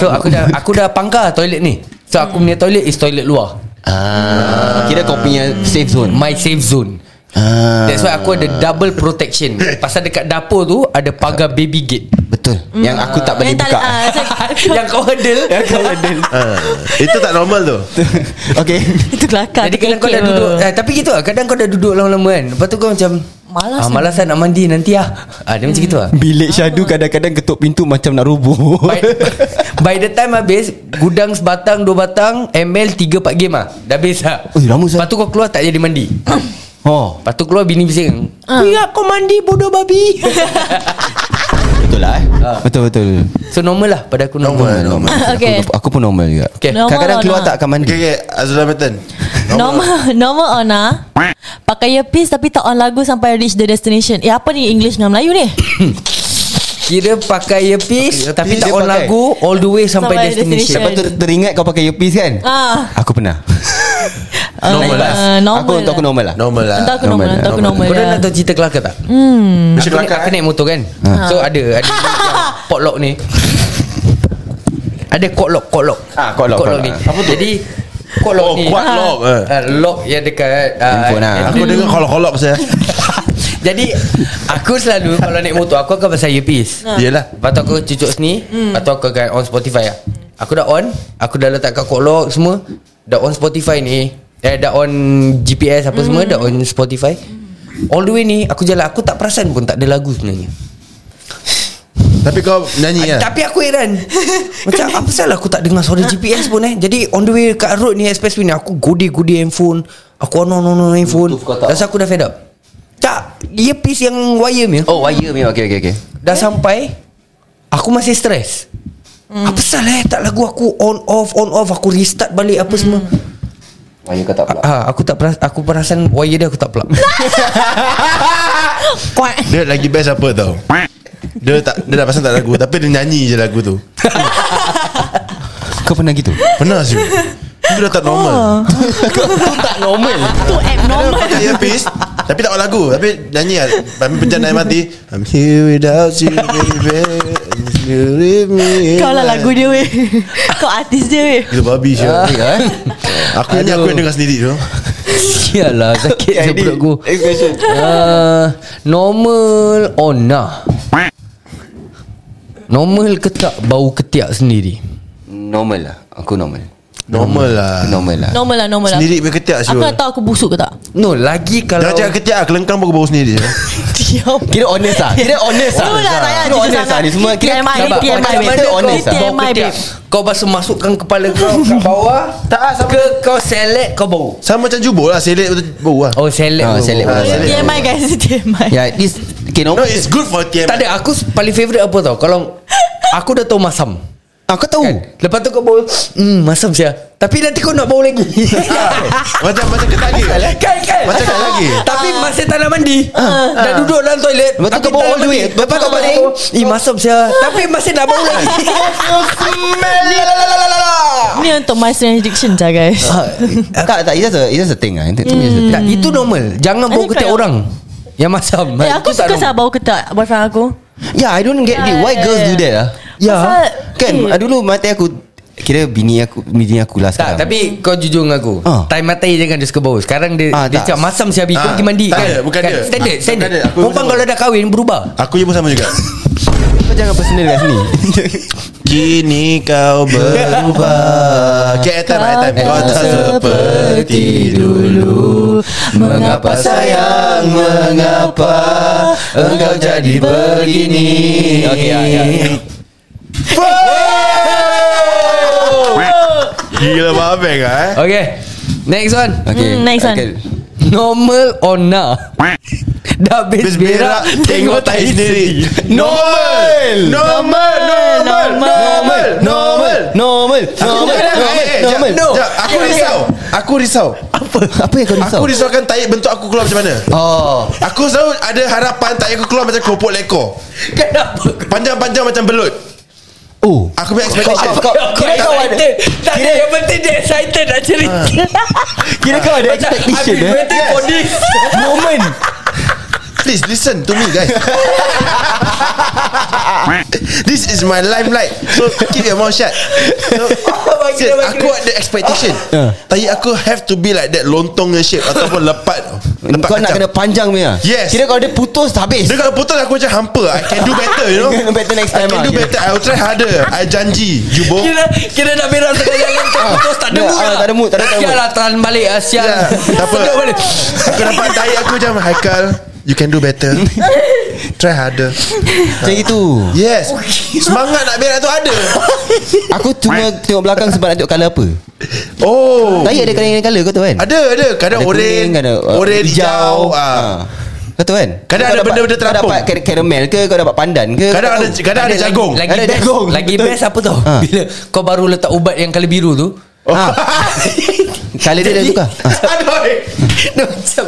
Speaker 3: So aku dah Aku dah pangkar toilet ni So aku punya toilet Is toilet luar
Speaker 5: ah. Kira kau punya safe zone
Speaker 3: My safe zone
Speaker 5: ah.
Speaker 3: That's why aku ada double protection Pasal dekat dapur tu Ada pagar baby gate
Speaker 5: Betul Hmm. Yang aku tak boleh
Speaker 4: Yang tak-
Speaker 5: buka
Speaker 4: ah, saya-
Speaker 3: (laughs) Yang kau hurdle
Speaker 5: Yang kau ada (laughs)
Speaker 2: Ah, Itu tak normal tu
Speaker 5: Okay
Speaker 4: Itu kelakar
Speaker 3: Jadi kadang kau dah duduk eh, Tapi gitu lah Kadang kau dah duduk lama-lama kan Lepas tu kau macam
Speaker 4: Malas Hmm.
Speaker 3: ah,
Speaker 4: lah.
Speaker 3: Malas lah nak mandi nanti lah ah, Dia macam gitu lah
Speaker 5: Bilik Syadu kadang-kadang ketuk pintu macam nak roboh
Speaker 3: by, by the time habis Gudang sebatang Dua batang ML tiga empat game lah Dah habis lah
Speaker 5: Ui, Oh, lama sah.
Speaker 3: Lepas tu kau keluar tak jadi mandi
Speaker 5: (laughs)
Speaker 3: Ah,
Speaker 5: Oh
Speaker 3: Lepas tu keluar bini bising
Speaker 4: Ah.
Speaker 3: Kuya kau mandi bodoh babi
Speaker 4: (laughs)
Speaker 5: Betul lah eh Betul-betul
Speaker 3: So normal lah pada aku
Speaker 2: Normal,
Speaker 3: normal,
Speaker 2: normal.
Speaker 4: (laughs) Okay.
Speaker 5: aku, aku pun normal lah, juga
Speaker 3: Okay.
Speaker 4: Normal
Speaker 5: Kadang-kadang
Speaker 4: or
Speaker 5: keluar
Speaker 4: not?
Speaker 5: tak akan mandi
Speaker 2: Okay okay Azula Merton
Speaker 4: Normal (laughs) Normal Ona Pakai earpiece Tapi tak on lagu Sampai reach the destination Eh apa ni English dengan Melayu ni
Speaker 3: Kira pakai earpiece,
Speaker 5: Pakai
Speaker 3: Tapi
Speaker 5: earpiece,
Speaker 3: tak
Speaker 5: dia
Speaker 3: on
Speaker 5: pakai.
Speaker 3: lagu All the way sampai,
Speaker 4: Sampai
Speaker 3: destination,
Speaker 4: destination.
Speaker 5: Eh, Lepas tu teringat kau pakai earpiece kan
Speaker 4: Ah.
Speaker 3: (laughs)
Speaker 5: Aku (laughs) pernah
Speaker 4: Normal
Speaker 5: Lepas.
Speaker 4: Normal
Speaker 5: Aku untuk aku
Speaker 4: lah.
Speaker 5: lah. normal lah
Speaker 2: Normal lah
Speaker 4: Entah aku normal,
Speaker 5: Normal,
Speaker 4: Entah aku
Speaker 5: normal.
Speaker 4: normal,
Speaker 3: Kau dah
Speaker 4: lah.
Speaker 3: nak tahu cerita kelakar tak?
Speaker 2: Macam
Speaker 3: Aku, naik,
Speaker 2: kelakar
Speaker 3: aku
Speaker 2: eh?
Speaker 3: naik motor kan So ada Ada potlock ni Ada kotlok Kotlok
Speaker 5: Ah, kod lock, kod
Speaker 3: ni
Speaker 5: lock.
Speaker 3: Apa tu? Jadi Kotlok
Speaker 2: Oh
Speaker 3: ni
Speaker 2: quad lock eh.
Speaker 3: uh, Lock yang dekat uh,
Speaker 5: Handphone lah.
Speaker 2: Aku dengar kolok-kolok pasal
Speaker 3: Jadi Aku selalu Kalau naik motor Aku akan pasal earpiece
Speaker 2: Yelah
Speaker 3: Lepas tu aku cucuk sini Lepas tu aku akan on Spotify lah Aku dah on Aku dah letak kat kotlok semua Dah on Spotify ni Eh dah on GPS apa semua Dah on Spotify All the way ni Aku jalan Aku tak perasan pun Tak ada lagu sebenarnya
Speaker 2: Tapi kau nyanyi
Speaker 3: yeah.
Speaker 2: lah
Speaker 3: Tapi aku heran Macam apa salah aku tak dengar suara GPS pun eh Jadi on the way kat road ni Expressway ni Aku gode-gode handphone Aku on on on, on handphone
Speaker 5: Bluetooth kau tak
Speaker 3: Rasa aku dah fed up Tak Earpiece yang wire ni
Speaker 5: Oh wire me Okay okay okay
Speaker 3: Dah sampai Aku masih stres hmm. Apa salah eh Tak lagu aku on off on off Aku restart balik apa semua
Speaker 5: Wire kau tak pula
Speaker 3: Ah, aku tak peras aku perasan wire dia aku tak (laughs) plug.
Speaker 4: Kuat
Speaker 2: Dia lagi best apa tau Dia tak Dia dah pasang tak lagu Tapi dia nyanyi je lagu tu
Speaker 5: Ah, Kau pernah gitu
Speaker 2: Pernah sih Itu dah tak
Speaker 4: Oh,
Speaker 2: normal
Speaker 3: tak normal.
Speaker 4: Tu
Speaker 2: Dia
Speaker 4: abnormal
Speaker 2: pakai earpiece Tapi tak ada lagu Tapi nyanyi lah Tapi pencet naik mati I'm here without you baby And you leave me
Speaker 4: Kau lah lagu dia weh (laughs) Kau artis dia weh
Speaker 2: Gila babi
Speaker 3: Ah,
Speaker 2: Syah
Speaker 5: Ya, eh. (laughs)
Speaker 2: Aku nyanyi aku yang dengar sendiri tu
Speaker 3: Sialah sakit je perut aku. Uh, normal on lah Normal ke tak bau ketiak sendiri?
Speaker 5: Normal lah Aku normal
Speaker 2: Normal lah
Speaker 5: Normal lah
Speaker 4: Normal lah normal lah
Speaker 2: Sendiri punya ketiak
Speaker 4: Aku
Speaker 2: Syul
Speaker 4: tak tahu aku busuk ke tak
Speaker 3: No, lagi kalau
Speaker 2: Jangan cakap ketiak lah, Kelengkang pun aku bau sendiri
Speaker 4: Diam
Speaker 5: Kira honest lah Kira honest lah
Speaker 4: Betul lah tak payah
Speaker 5: Kira
Speaker 4: jujur
Speaker 5: honest lah
Speaker 4: sangat
Speaker 5: Ni semua Kira
Speaker 4: TMI
Speaker 5: nampak
Speaker 4: TMI
Speaker 5: macam
Speaker 4: babe.
Speaker 5: kita honest
Speaker 4: Kita
Speaker 5: lah
Speaker 3: bau
Speaker 4: TMI,
Speaker 3: ketiak
Speaker 4: babe.
Speaker 3: Kau basuh masukkan kepala kau
Speaker 5: (laughs)
Speaker 3: kat bawah tak ke kau selek kau bau.
Speaker 2: Sama macam jubur lah Selit betul bau lah
Speaker 3: Oh, selek.
Speaker 5: Ah,
Speaker 3: bau.
Speaker 5: selek
Speaker 3: Ah, Ya.
Speaker 5: bau.
Speaker 2: Selek.
Speaker 4: TMI guys (laughs) TMI
Speaker 5: Yeah Ya, this Okay
Speaker 2: No
Speaker 5: normal
Speaker 2: it's good for TM
Speaker 3: Tak ada aku paling favourite apa tau Kalau aku dah tahu masam
Speaker 5: Ah, Kau tahu
Speaker 3: kan? Lepas tu kau bau Hmm masam sia Tapi nanti kau nak bau lagi
Speaker 5: (laughs)
Speaker 3: (laughs)
Speaker 5: Ah.
Speaker 2: Macam macam ketagi
Speaker 3: Kan kan
Speaker 2: Macam kat lagi.
Speaker 3: Tapi
Speaker 4: Ah.
Speaker 3: masa tak nak mandi Dah duduk dalam toilet
Speaker 5: Ah, Lepas tu
Speaker 3: tapi
Speaker 5: kau bau
Speaker 3: tak nak
Speaker 5: all the way.
Speaker 3: mandi.
Speaker 5: Lepas kau baring,
Speaker 3: Eh masam
Speaker 5: (laughs)
Speaker 3: sia Tapi masih nak bau lagi
Speaker 4: Ni untuk my strange addiction je guys
Speaker 3: Ah.
Speaker 5: Ah, Tak tak It's just a, it's just a thing lah It's just a thing
Speaker 3: Tak, Itu normal Jangan bau
Speaker 4: Ada
Speaker 3: ketiak
Speaker 4: kau-
Speaker 3: orang Yang masam
Speaker 4: Eh aku
Speaker 3: Itu tak normal.
Speaker 4: suka sah bau ketak Boyfriend aku
Speaker 5: Yeah Ya, I don't get it Why girls do that lah
Speaker 3: Ya.
Speaker 4: Pasal-
Speaker 5: Kan
Speaker 4: Eh,
Speaker 5: ah, Dulu mati aku Kira bini aku Bini aku lah
Speaker 3: tak,
Speaker 5: sekarang
Speaker 3: tapi kau jujur dengan aku
Speaker 5: Ah.
Speaker 3: Time matai je kan dia suka bau Sekarang dia
Speaker 5: Ah,
Speaker 3: dia cakap
Speaker 5: tak.
Speaker 3: masam si Abi Kau
Speaker 2: Ah,
Speaker 3: pergi mandi
Speaker 2: tak
Speaker 3: kan
Speaker 2: ada, bukan
Speaker 3: kan?
Speaker 2: dia.
Speaker 3: Standard,
Speaker 2: Ah,
Speaker 3: standard
Speaker 2: bukan dia. Aku
Speaker 3: Perempuan
Speaker 2: sama.
Speaker 3: kalau dah kahwin berubah
Speaker 2: Aku je pun sama juga
Speaker 5: Kau jangan personal kat sini
Speaker 2: Kini kau berubah Okay at time at time Kau tak seperti
Speaker 5: dulu
Speaker 4: Mengapa sayang,
Speaker 5: Mengapa
Speaker 4: engkau jadi begini?
Speaker 5: Okay
Speaker 2: ah.
Speaker 5: ya, ya.
Speaker 2: Gila babeng lah eh
Speaker 3: Okay Next one
Speaker 5: Okay
Speaker 4: Hmm, next one.
Speaker 3: Normal or nah (laughs) Dah habis
Speaker 2: Habis berak
Speaker 3: berak
Speaker 2: Tengok tak sendiri Normal Normal Normal Normal Normal
Speaker 5: Normal Normal
Speaker 2: Eh, jap,
Speaker 5: Normal
Speaker 2: jap, Aku risau Aku risau
Speaker 5: Apa Apa yang kau risau
Speaker 2: Aku risaukan tahi bentuk aku keluar macam mana
Speaker 5: Oh
Speaker 2: Aku selalu ada harapan tahi aku keluar macam kopok lekor
Speaker 3: Kenapa
Speaker 2: Panjang-panjang macam belut
Speaker 5: Oh
Speaker 2: Aku punya expectation
Speaker 5: Kau- kau-
Speaker 3: Kira kau ada Tak ada lah.
Speaker 5: kira-
Speaker 3: Yang penting dia excited Nak cerita
Speaker 5: Kira kau ada
Speaker 3: Macam,
Speaker 5: expectation
Speaker 3: I've been
Speaker 5: eh
Speaker 3: waiting for
Speaker 5: (laughs)
Speaker 3: this Moment
Speaker 2: Please listen to me guys This is my limelight So keep your mouth shut so,
Speaker 3: Makin-
Speaker 2: Sis,
Speaker 3: makin-
Speaker 2: Aku ada expectation
Speaker 5: Ah.
Speaker 2: Tapi aku have to be like that Lontong punya shape Ataupun lepat Lepat
Speaker 5: Kau nak
Speaker 2: kacang.
Speaker 5: kena panjang punya
Speaker 2: Yes.
Speaker 5: Kira kau ada putus habis
Speaker 2: Dia kalau putus aku macam hampa I can do better
Speaker 5: (laughs)
Speaker 2: you know
Speaker 5: You can do better next
Speaker 2: I
Speaker 5: time
Speaker 2: can
Speaker 5: lah.
Speaker 2: do better I will try harder I janji You both
Speaker 3: Kira Kira nak berak Sekarang Kau putus tak ada
Speaker 5: Ah,
Speaker 3: mood lah
Speaker 5: tak ada mood, tak ada- tak ada mood.
Speaker 3: Sial lah tahan balik ah, Sial
Speaker 2: Ya, tak
Speaker 3: (laughs)
Speaker 2: apa.
Speaker 3: Sedut balik
Speaker 2: Aku dapat diet aku macam Haikal You can do better Try harder
Speaker 5: Macam itu
Speaker 2: Yes Semangat nak berak tu ada
Speaker 5: Aku cuma tengok belakang Sebab nak tengok colour apa
Speaker 2: Oh
Speaker 5: Tapi ada kadang-kadang colour kau tahu kan
Speaker 2: Ada ada Kadang oren
Speaker 5: kuning, uh,
Speaker 2: Oren hijau
Speaker 5: Ah.
Speaker 2: ah.
Speaker 5: Kau tahu kan
Speaker 2: Kadang
Speaker 5: Kau
Speaker 2: ada
Speaker 5: dapat-
Speaker 2: benda-benda
Speaker 5: Kau
Speaker 2: terapung.
Speaker 5: dapat kar- caramel ke Kau dapat pandan ke
Speaker 2: Kadang
Speaker 5: Kau
Speaker 2: ada
Speaker 5: tahu.
Speaker 2: Kadang ada
Speaker 3: lagi-
Speaker 2: jagung
Speaker 3: Lagi,
Speaker 5: Ada
Speaker 3: best
Speaker 5: jagung,
Speaker 3: Lagi
Speaker 5: betul.
Speaker 3: best apa tau
Speaker 5: Ah.
Speaker 3: Bila kau baru letak ubat Yang kali biru tu (laughs)
Speaker 2: (laughs)
Speaker 5: Ah. Colour dia dah tukar Ah.
Speaker 3: Aduh eh. (laughs) Dia macam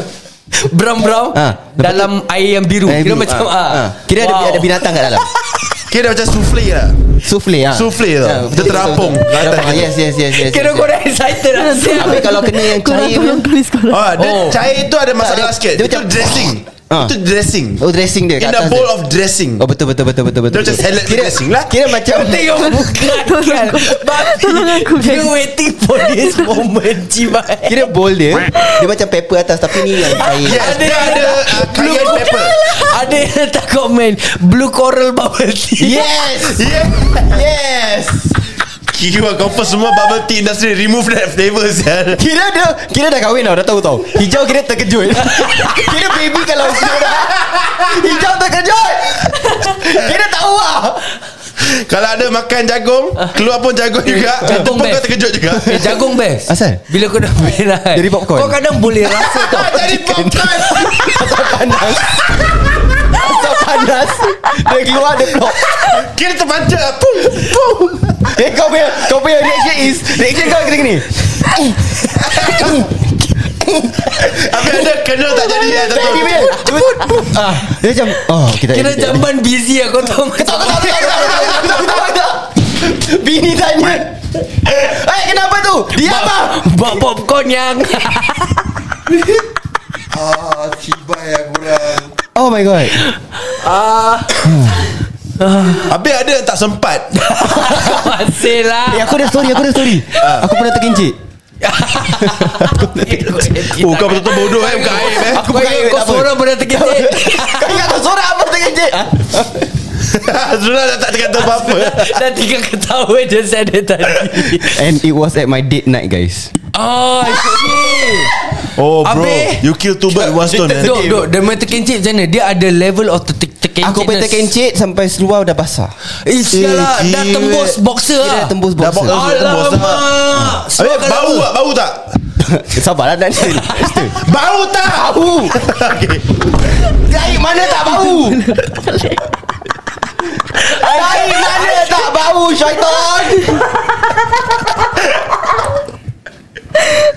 Speaker 3: Brown-brown
Speaker 5: Ah, lepas
Speaker 3: Dalam air yang biru
Speaker 5: Air
Speaker 3: Kira
Speaker 5: biru,
Speaker 3: macam
Speaker 5: ah, ah.
Speaker 3: ah.
Speaker 5: Kira ada
Speaker 3: Wow.
Speaker 5: ada binatang kat dalam
Speaker 2: Kira macam souffle lah
Speaker 5: Souffle ah.
Speaker 2: Souffle tau.
Speaker 5: Ah,
Speaker 2: Dia terapung.
Speaker 5: Terapung. Ah, Yes yes yes yes.
Speaker 3: Kira
Speaker 5: yes,
Speaker 3: kau
Speaker 5: yes.
Speaker 3: dah excited lah sial.
Speaker 5: Habis kalau kena yang
Speaker 4: Korang
Speaker 5: cair
Speaker 4: korang tulis korang
Speaker 2: Oh, dia
Speaker 3: Oh.
Speaker 2: cair tu ada masalah
Speaker 5: dia-
Speaker 2: sikit
Speaker 5: dia
Speaker 2: Itu
Speaker 5: macam-
Speaker 2: dressing
Speaker 5: Ah.
Speaker 2: Itu dressing
Speaker 5: Oh dressing dia
Speaker 2: In
Speaker 5: kat
Speaker 2: the
Speaker 5: atas
Speaker 2: bowl
Speaker 5: dia.
Speaker 2: of dressing
Speaker 5: Oh betul betul betul betul betul.
Speaker 2: Dia macam salad dressing lah.
Speaker 5: Kira macam
Speaker 3: (laughs) Tengok muka Akal Babi
Speaker 4: Tolong aku,
Speaker 3: Dia
Speaker 4: guys.
Speaker 3: waiting for
Speaker 5: (laughs)
Speaker 3: this moment Cibai
Speaker 5: Kira bowl
Speaker 2: (laughs)
Speaker 5: dia Dia macam paper atas Tapi ni yang cair
Speaker 2: Yes Dia ada ah, Cayenne pepper
Speaker 3: Ada yang letak komen Blue coral bubble tea
Speaker 5: Yes
Speaker 2: Yeah
Speaker 5: Yes
Speaker 2: Kira kau pun semua bubble tea industry Remove that flavour sial
Speaker 5: Kira dia Kira dah kahwin tau Dah tahu tau Hijau kira terkejut (laughs) Kira baby kalau kira dah Hijau terkejut Kira tahu lah
Speaker 2: Kalau ada makan jagung Keluar pun jagung juga Itu
Speaker 3: Jagung
Speaker 2: pun kau
Speaker 3: best.
Speaker 2: terkejut juga
Speaker 3: Eh, jagung best
Speaker 5: Asal?
Speaker 3: Bila kau dah berat
Speaker 5: Jadi popcorn.
Speaker 3: Kau kadang boleh rasa tau
Speaker 5: (laughs)
Speaker 2: Jadi popcorn
Speaker 5: Asal panas Asal panas Dia keluar dia blok
Speaker 2: Kira terpanca Pum
Speaker 5: Eh kau punya Kau punya reaction is Reaction kau kena gini
Speaker 2: Habis ada kena tak jadi eh,
Speaker 5: Tak ni
Speaker 2: Tentu
Speaker 5: punya Ah, Dia macam Oh kita
Speaker 3: Kira jamban busy lah Kau tahu
Speaker 5: Kau
Speaker 3: macam
Speaker 5: tak tahu, kau tak tahu, kau tak tahu, kau tak tahu. Bini tanya Eh kenapa tu Diam lah
Speaker 3: Buat popcorn yang (laughs)
Speaker 2: Ah Cibai aku orang
Speaker 5: Oh my god
Speaker 2: Habis ada yang tak
Speaker 5: (laughs)
Speaker 2: sempat
Speaker 3: Masih lah (laughs)
Speaker 5: Eh aku ada story Aku ada story Aku pernah terkincit
Speaker 2: Oh kau betul-betul bodoh eh Bukan aib
Speaker 5: (laughs)
Speaker 2: eh
Speaker 5: Aku
Speaker 3: Kau
Speaker 5: bukan
Speaker 3: ingat
Speaker 5: aib,
Speaker 3: kau
Speaker 5: tak apa.
Speaker 3: seorang pernah terkejut
Speaker 5: (laughs) Kau ingat kau sorak apa terkincit
Speaker 2: Zura dah tak terkata apa-apa
Speaker 3: Dan tiga ketawa je saya ada tadi
Speaker 5: And it was at my date night guys
Speaker 3: Oh okay.
Speaker 2: Oh bro
Speaker 3: Habis?
Speaker 2: You kill two birds with one stone eh.
Speaker 3: Dok, dok, dia main terkencit macam mana? Dia ada level of ter- terkencit.
Speaker 5: Aku pernah terkincit Sampai seluar dah basah
Speaker 3: Eh, sial lah.
Speaker 2: Eh,
Speaker 3: Dah
Speaker 2: gila.
Speaker 3: tembus boxer
Speaker 5: Kira
Speaker 3: lah.
Speaker 5: dah tembus
Speaker 2: Dah
Speaker 5: boxer
Speaker 2: boxer. tembus lah.
Speaker 3: Alamak.
Speaker 2: Habis Eh, bau tak Bau tak
Speaker 5: (laughs) Sabarlah dan (laughs) Still
Speaker 2: Bau tak
Speaker 5: Bau
Speaker 2: Okay
Speaker 5: Gaib (laughs) mana tak bau Gaib mana tak bau syaitan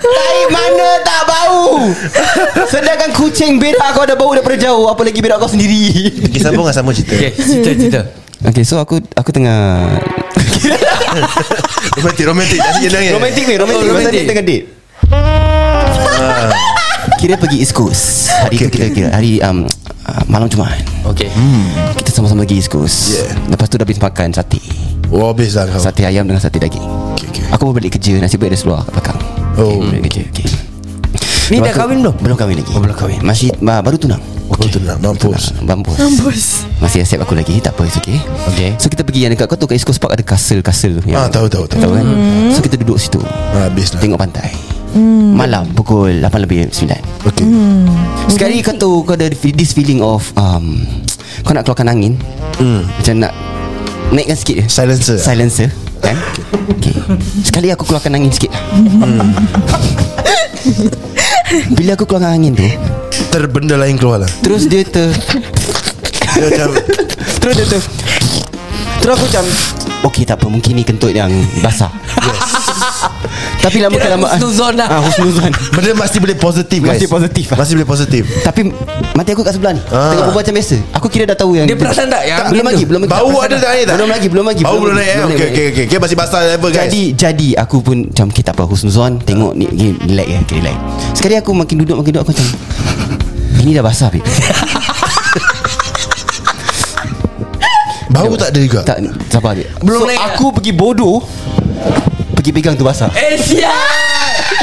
Speaker 5: Gaib mana tak bau Sedangkan kucing berak kau dah bau daripada jauh Apa lagi berak kau sendiri
Speaker 2: Kita sambung dengan sama cerita
Speaker 3: Okay, cerita-cerita.
Speaker 5: Okay so aku aku tengah
Speaker 2: Romantik Romantik Tak sikit nangis
Speaker 5: Romantik ni
Speaker 3: Oh,
Speaker 5: Romantik Ah. Masa
Speaker 3: romantic.
Speaker 5: dia tengah date Kira pergi East Coast Hari
Speaker 2: Okay,
Speaker 5: tu kita
Speaker 2: okay.
Speaker 5: kira Hari um, uh, Malam Jumaat
Speaker 3: Okay.
Speaker 5: Kita sama-sama pergi East Coast
Speaker 2: Yeah.
Speaker 5: Lepas tu dah habis makan sate
Speaker 2: Oh habis lah kau
Speaker 5: Sate ayam dengan sate daging
Speaker 2: Okay, okay.
Speaker 5: Aku baru balik kerja Nasib baik ada seluar kat belakang
Speaker 2: Oh.
Speaker 5: okay, Balik kerja okay.
Speaker 3: Ni dah
Speaker 5: Lepas tu-
Speaker 3: kahwin belum?
Speaker 5: Belum kahwin lagi
Speaker 3: Oh, belum kahwin.
Speaker 5: Masih ba, baru tunang
Speaker 2: Baru tunang, mampus.
Speaker 5: Mampus
Speaker 4: Mampus.
Speaker 5: Masih accept aku lagi Tak apa it's okay
Speaker 3: Okay.
Speaker 5: So kita pergi yang dekat Kau tahu kat East Coast Park Ada castle-castle tu yang-
Speaker 2: Ah tahu tahu tahu
Speaker 5: Tahu kan So kita duduk situ
Speaker 2: Ah, Habis lah
Speaker 5: Tengok pantai Malam pukul 8 lebih 9
Speaker 2: Okay
Speaker 5: Sekali kau tu Kau ada fe- this feeling of um, Kau nak keluarkan angin
Speaker 2: Hmm.
Speaker 5: Macam nak Naikkan sikit je
Speaker 2: Silencer.
Speaker 5: Silencer Kan okay. Sekali aku keluarkan angin sikit Bila aku keluarkan angin tu
Speaker 2: Terbenda lain keluar lah
Speaker 5: Terus dia ter
Speaker 2: Dia macam
Speaker 5: Terus dia ter Terus aku macam Okay tak apa Mungkin ni kentut yang basah
Speaker 2: Yes
Speaker 5: Tapi lama
Speaker 3: Kira
Speaker 5: kelamaan
Speaker 3: husnuzon lah.
Speaker 5: ah, Husnuzon
Speaker 2: Benda masih boleh positif guys
Speaker 5: Masih positif lah.
Speaker 2: Masih boleh positif
Speaker 5: Tapi mati aku kat sebelah ni
Speaker 2: Ah.
Speaker 5: Tengok berbual macam biasa Aku kira dah tahu yang
Speaker 3: Dia perasan tak yang
Speaker 5: Belum
Speaker 3: benda
Speaker 5: lagi
Speaker 3: tu?
Speaker 5: belum lagi
Speaker 2: Bau
Speaker 5: Tak
Speaker 2: ada
Speaker 5: perasan
Speaker 2: tak ni tak?
Speaker 5: Belum lagi belum lagi
Speaker 2: Bau belum naik eh? Okay okay okay Okay masih basah level guys
Speaker 5: Jadi jadi aku pun macam okay, tak apa husnuzon tengok ni ni relax ya, okay, relax. Sekali aku makin duduk makin duduk aku macam (laughs) ini dah basah babe.
Speaker 2: Bau tak ada juga
Speaker 5: (laughs) tak sabar babe.
Speaker 3: Belum
Speaker 5: so,
Speaker 3: naik.
Speaker 5: aku pergi bodoh pergi pegang tu basah.
Speaker 3: Eh siap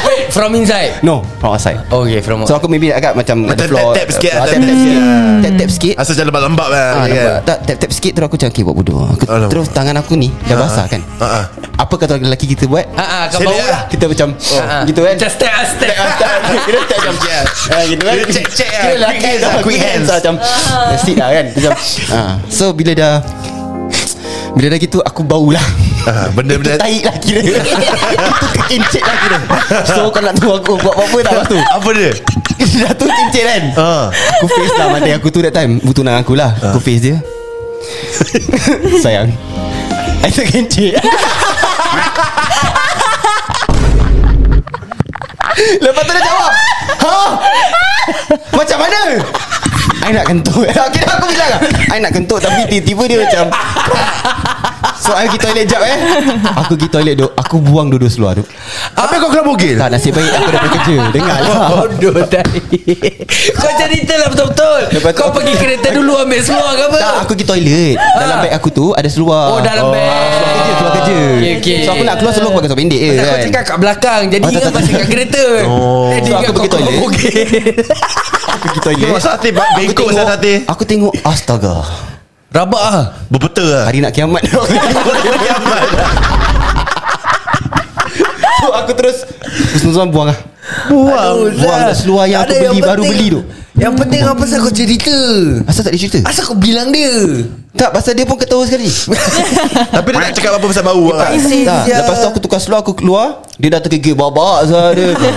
Speaker 3: Wait From inside
Speaker 5: No, from outside.
Speaker 3: Okay from
Speaker 5: So aku maybe agak macam
Speaker 2: Macam
Speaker 5: ada floor,
Speaker 2: tap-tap sikit lah,
Speaker 5: ah, Tap
Speaker 2: tap-tap
Speaker 5: tap sikit
Speaker 2: sikit.
Speaker 5: Tap tap sikit
Speaker 2: Asal jalan lembab kan
Speaker 5: Ah,
Speaker 2: kan?
Speaker 5: nampak tak tap tap sikit terus aku macam okay buat bodoh. Aku
Speaker 2: Alamak.
Speaker 5: terus tangan aku ni dah basah kan.
Speaker 2: Ah, ah.
Speaker 5: Apa kata lelaki kita buat?
Speaker 3: Ah, ah, kau
Speaker 2: Selit
Speaker 3: bau
Speaker 2: lah.
Speaker 3: lah
Speaker 5: Kita macam
Speaker 3: Ah,
Speaker 2: Oh.
Speaker 3: ah.
Speaker 5: gitu kan.
Speaker 3: Macam step ah, step
Speaker 5: Kita tak macam Ah, gitu kan.
Speaker 2: Dia check-check lah.
Speaker 5: Kira lelaki
Speaker 2: Quick hands
Speaker 5: dah
Speaker 2: lah,
Speaker 5: quick hands lah, macam that's it lah kan. Macam ah. So bila dah bila dah gitu aku bau lah
Speaker 2: Ah, Benda-benda
Speaker 5: Itu tahi lah kira Itu kekincit lah kira So kau nak tahu aku buat apa-apa tak
Speaker 2: (laughs)
Speaker 5: lepas tu
Speaker 2: Apa dia
Speaker 5: Dah tu kincit kan
Speaker 2: Ah.
Speaker 5: Aku face lah Mata aku tu that time Butuh nang aku lah Aku face dia Sayang I terkencit Lepas tu dia jawab Ha? Macam mana? I nak kentut (laughs) Okay dah aku bilang lah I nak kentut Tapi tiba-tiba dia macam So I pergi toilet jap eh Aku pergi toilet duk Aku buang duduk seluar duk
Speaker 2: Apa kau kena bogil
Speaker 5: Tak nasib baik aku dah bekerja Dengar
Speaker 3: (laughs)
Speaker 5: lah
Speaker 3: (laughs) Bodoh tadi Kau cerita lah betul-betul
Speaker 5: Lepas tu-
Speaker 3: Kau pergi kereta dulu ambil seluar ke apa
Speaker 5: Tak aku pergi toilet Dalam
Speaker 3: Ah.
Speaker 5: beg aku tu Ada seluar Ah.
Speaker 3: Oh dalam beg
Speaker 5: Seluar kerja Seluar kerja
Speaker 3: Okey, okey.
Speaker 5: So aku nak keluar Seluar aku pakai seluar pendek je
Speaker 3: Pasal
Speaker 5: kan
Speaker 3: kau cakap kat belakang Jadi
Speaker 5: Oh, tak,
Speaker 3: ingat
Speaker 5: tak,
Speaker 3: pasal
Speaker 5: tak.
Speaker 3: kat kereta
Speaker 2: Oh.
Speaker 3: Jadi
Speaker 5: So,
Speaker 3: ingat
Speaker 5: aku
Speaker 3: kau
Speaker 5: pergi
Speaker 3: kau
Speaker 5: toilet. (laughs)
Speaker 3: bogel.
Speaker 5: Aku pergi toilet
Speaker 2: Tengok sate, bak-
Speaker 5: Aku
Speaker 2: bengkok
Speaker 5: tengok-
Speaker 2: pasal sate.
Speaker 5: Aku tengok Astaga
Speaker 3: Rabak ah.
Speaker 2: Berpeta lah (laughs)
Speaker 5: Hari nak kiamat (laughs) So aku terus Husnuzan buang lah
Speaker 3: Buang
Speaker 5: buang kat seluar yang aku beli, baru beli tu.
Speaker 3: Yang penting apa pasal kau cerita
Speaker 5: Asal tak ada cerita
Speaker 3: Asal kau bilang dia
Speaker 5: Tak pasal dia pun ketawa (laughs) sekali
Speaker 2: Tapi dia tak cakap apa pasal bau lah
Speaker 5: tak,
Speaker 3: sial.
Speaker 5: Lepas tu aku tukar seluar Aku keluar Dia dah terkegil babak sah (laughs) dia Dia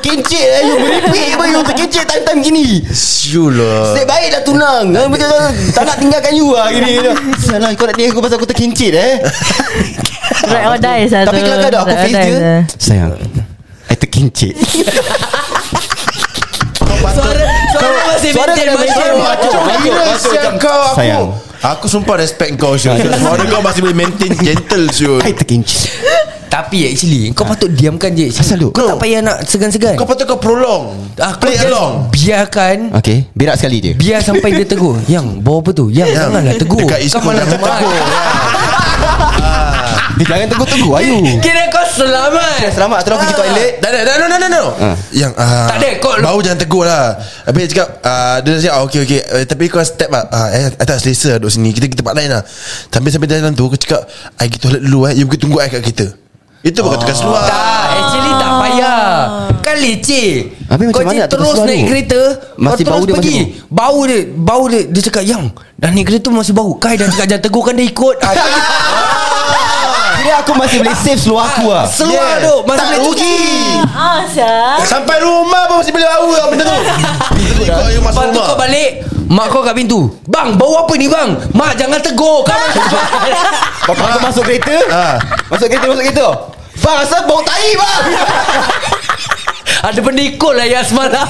Speaker 5: terkencit eh, You meripik apa You terkencit time-time gini
Speaker 2: Siul lah
Speaker 5: Nasib baik dah tunang Ha, betul- betul. Tak nak tinggalkan you lah gini Salah kau nak tinggal aku Pasal aku terkincit eh
Speaker 4: Right or die satu.
Speaker 5: Tapi kelakar dah Aku
Speaker 4: Right or
Speaker 5: face
Speaker 4: die
Speaker 5: dia
Speaker 4: satu.
Speaker 5: Sayang I terkincit
Speaker 3: Suara Suara masih
Speaker 5: Suara
Speaker 3: maintain
Speaker 5: kena maintain.
Speaker 3: Masih
Speaker 5: Macam-
Speaker 2: Gila
Speaker 5: Masuk
Speaker 2: sial
Speaker 5: macam
Speaker 2: kau aku
Speaker 5: sayang. Ah,
Speaker 2: Aku sumpah respect kau Syul Suara kau masih boleh maintain gentle Syul
Speaker 5: I terkincit
Speaker 3: Tapi actually Kau patut diamkan je actually.
Speaker 5: Ah. Asal lu?
Speaker 3: Kau tak payah nak segan-segan
Speaker 2: Kau patut kau prolong
Speaker 3: Ah, Kau
Speaker 2: Play
Speaker 3: just
Speaker 2: along
Speaker 3: Biarkan
Speaker 5: Okay Berak sekali dia
Speaker 3: Biar sampai dia tegur
Speaker 5: (laughs)
Speaker 3: Yang bawa apa tu Yang janganlah tegur
Speaker 2: Dekat East
Speaker 3: Kau
Speaker 2: Coast
Speaker 3: malah
Speaker 2: dah
Speaker 3: tegur
Speaker 2: tegur
Speaker 5: Dia jangan tegur-tegur Ayu
Speaker 3: Kira kau selamat
Speaker 5: Selamat Terus aku pergi toilet
Speaker 2: Tak ada, tak ada, no, no, no, no.
Speaker 5: Ah.
Speaker 2: Yang uh,
Speaker 3: Tak ada, kau-
Speaker 2: Bau jangan tegur lah Habis dia cakap uh, Dia cakap ah, Okay, okay uh, Tapi kau step lah uh, eh, I tak selesa lah duduk sini Kita kita tempat lain lah Sampai sampai dalam tu Aku cakap I pergi toilet dulu eh You pergi tunggu I kat kereta Itu bukan tukar seluar
Speaker 3: Tak Actually tak payah Kan leceh
Speaker 5: Habis
Speaker 3: Kau
Speaker 5: macam mana
Speaker 3: je
Speaker 5: nak
Speaker 3: terus
Speaker 5: terus
Speaker 3: naik
Speaker 5: baru?
Speaker 3: kereta
Speaker 5: Masih
Speaker 3: Kau
Speaker 5: bau
Speaker 3: terus
Speaker 5: dia
Speaker 3: pergi
Speaker 5: masih
Speaker 3: Bau dia Bau dia Dia cakap yang Dah naik kereta masih bau Kai dah cakap jangan tegur kan dia ikut ah,
Speaker 5: Kira aku masih boleh save seluar (laughs) aku lah
Speaker 3: Seluar
Speaker 2: Yeah.
Speaker 3: tu Masih
Speaker 2: Tak
Speaker 3: boleh
Speaker 2: rugi
Speaker 4: Ah, siap.
Speaker 2: Sampai rumah pun masih boleh bau lah benda tu Ikut you masuk
Speaker 3: Lepas tu
Speaker 2: rumah
Speaker 3: kau balik Mak kau kat pintu Bang bau apa ni bang Mak jangan tegur Kau
Speaker 5: Bapak aku masuk kereta
Speaker 2: Ah.
Speaker 5: Masuk kereta Masuk kereta Bang asal bau tai bang
Speaker 3: (laughs) Ada benda ikut lah yang semalam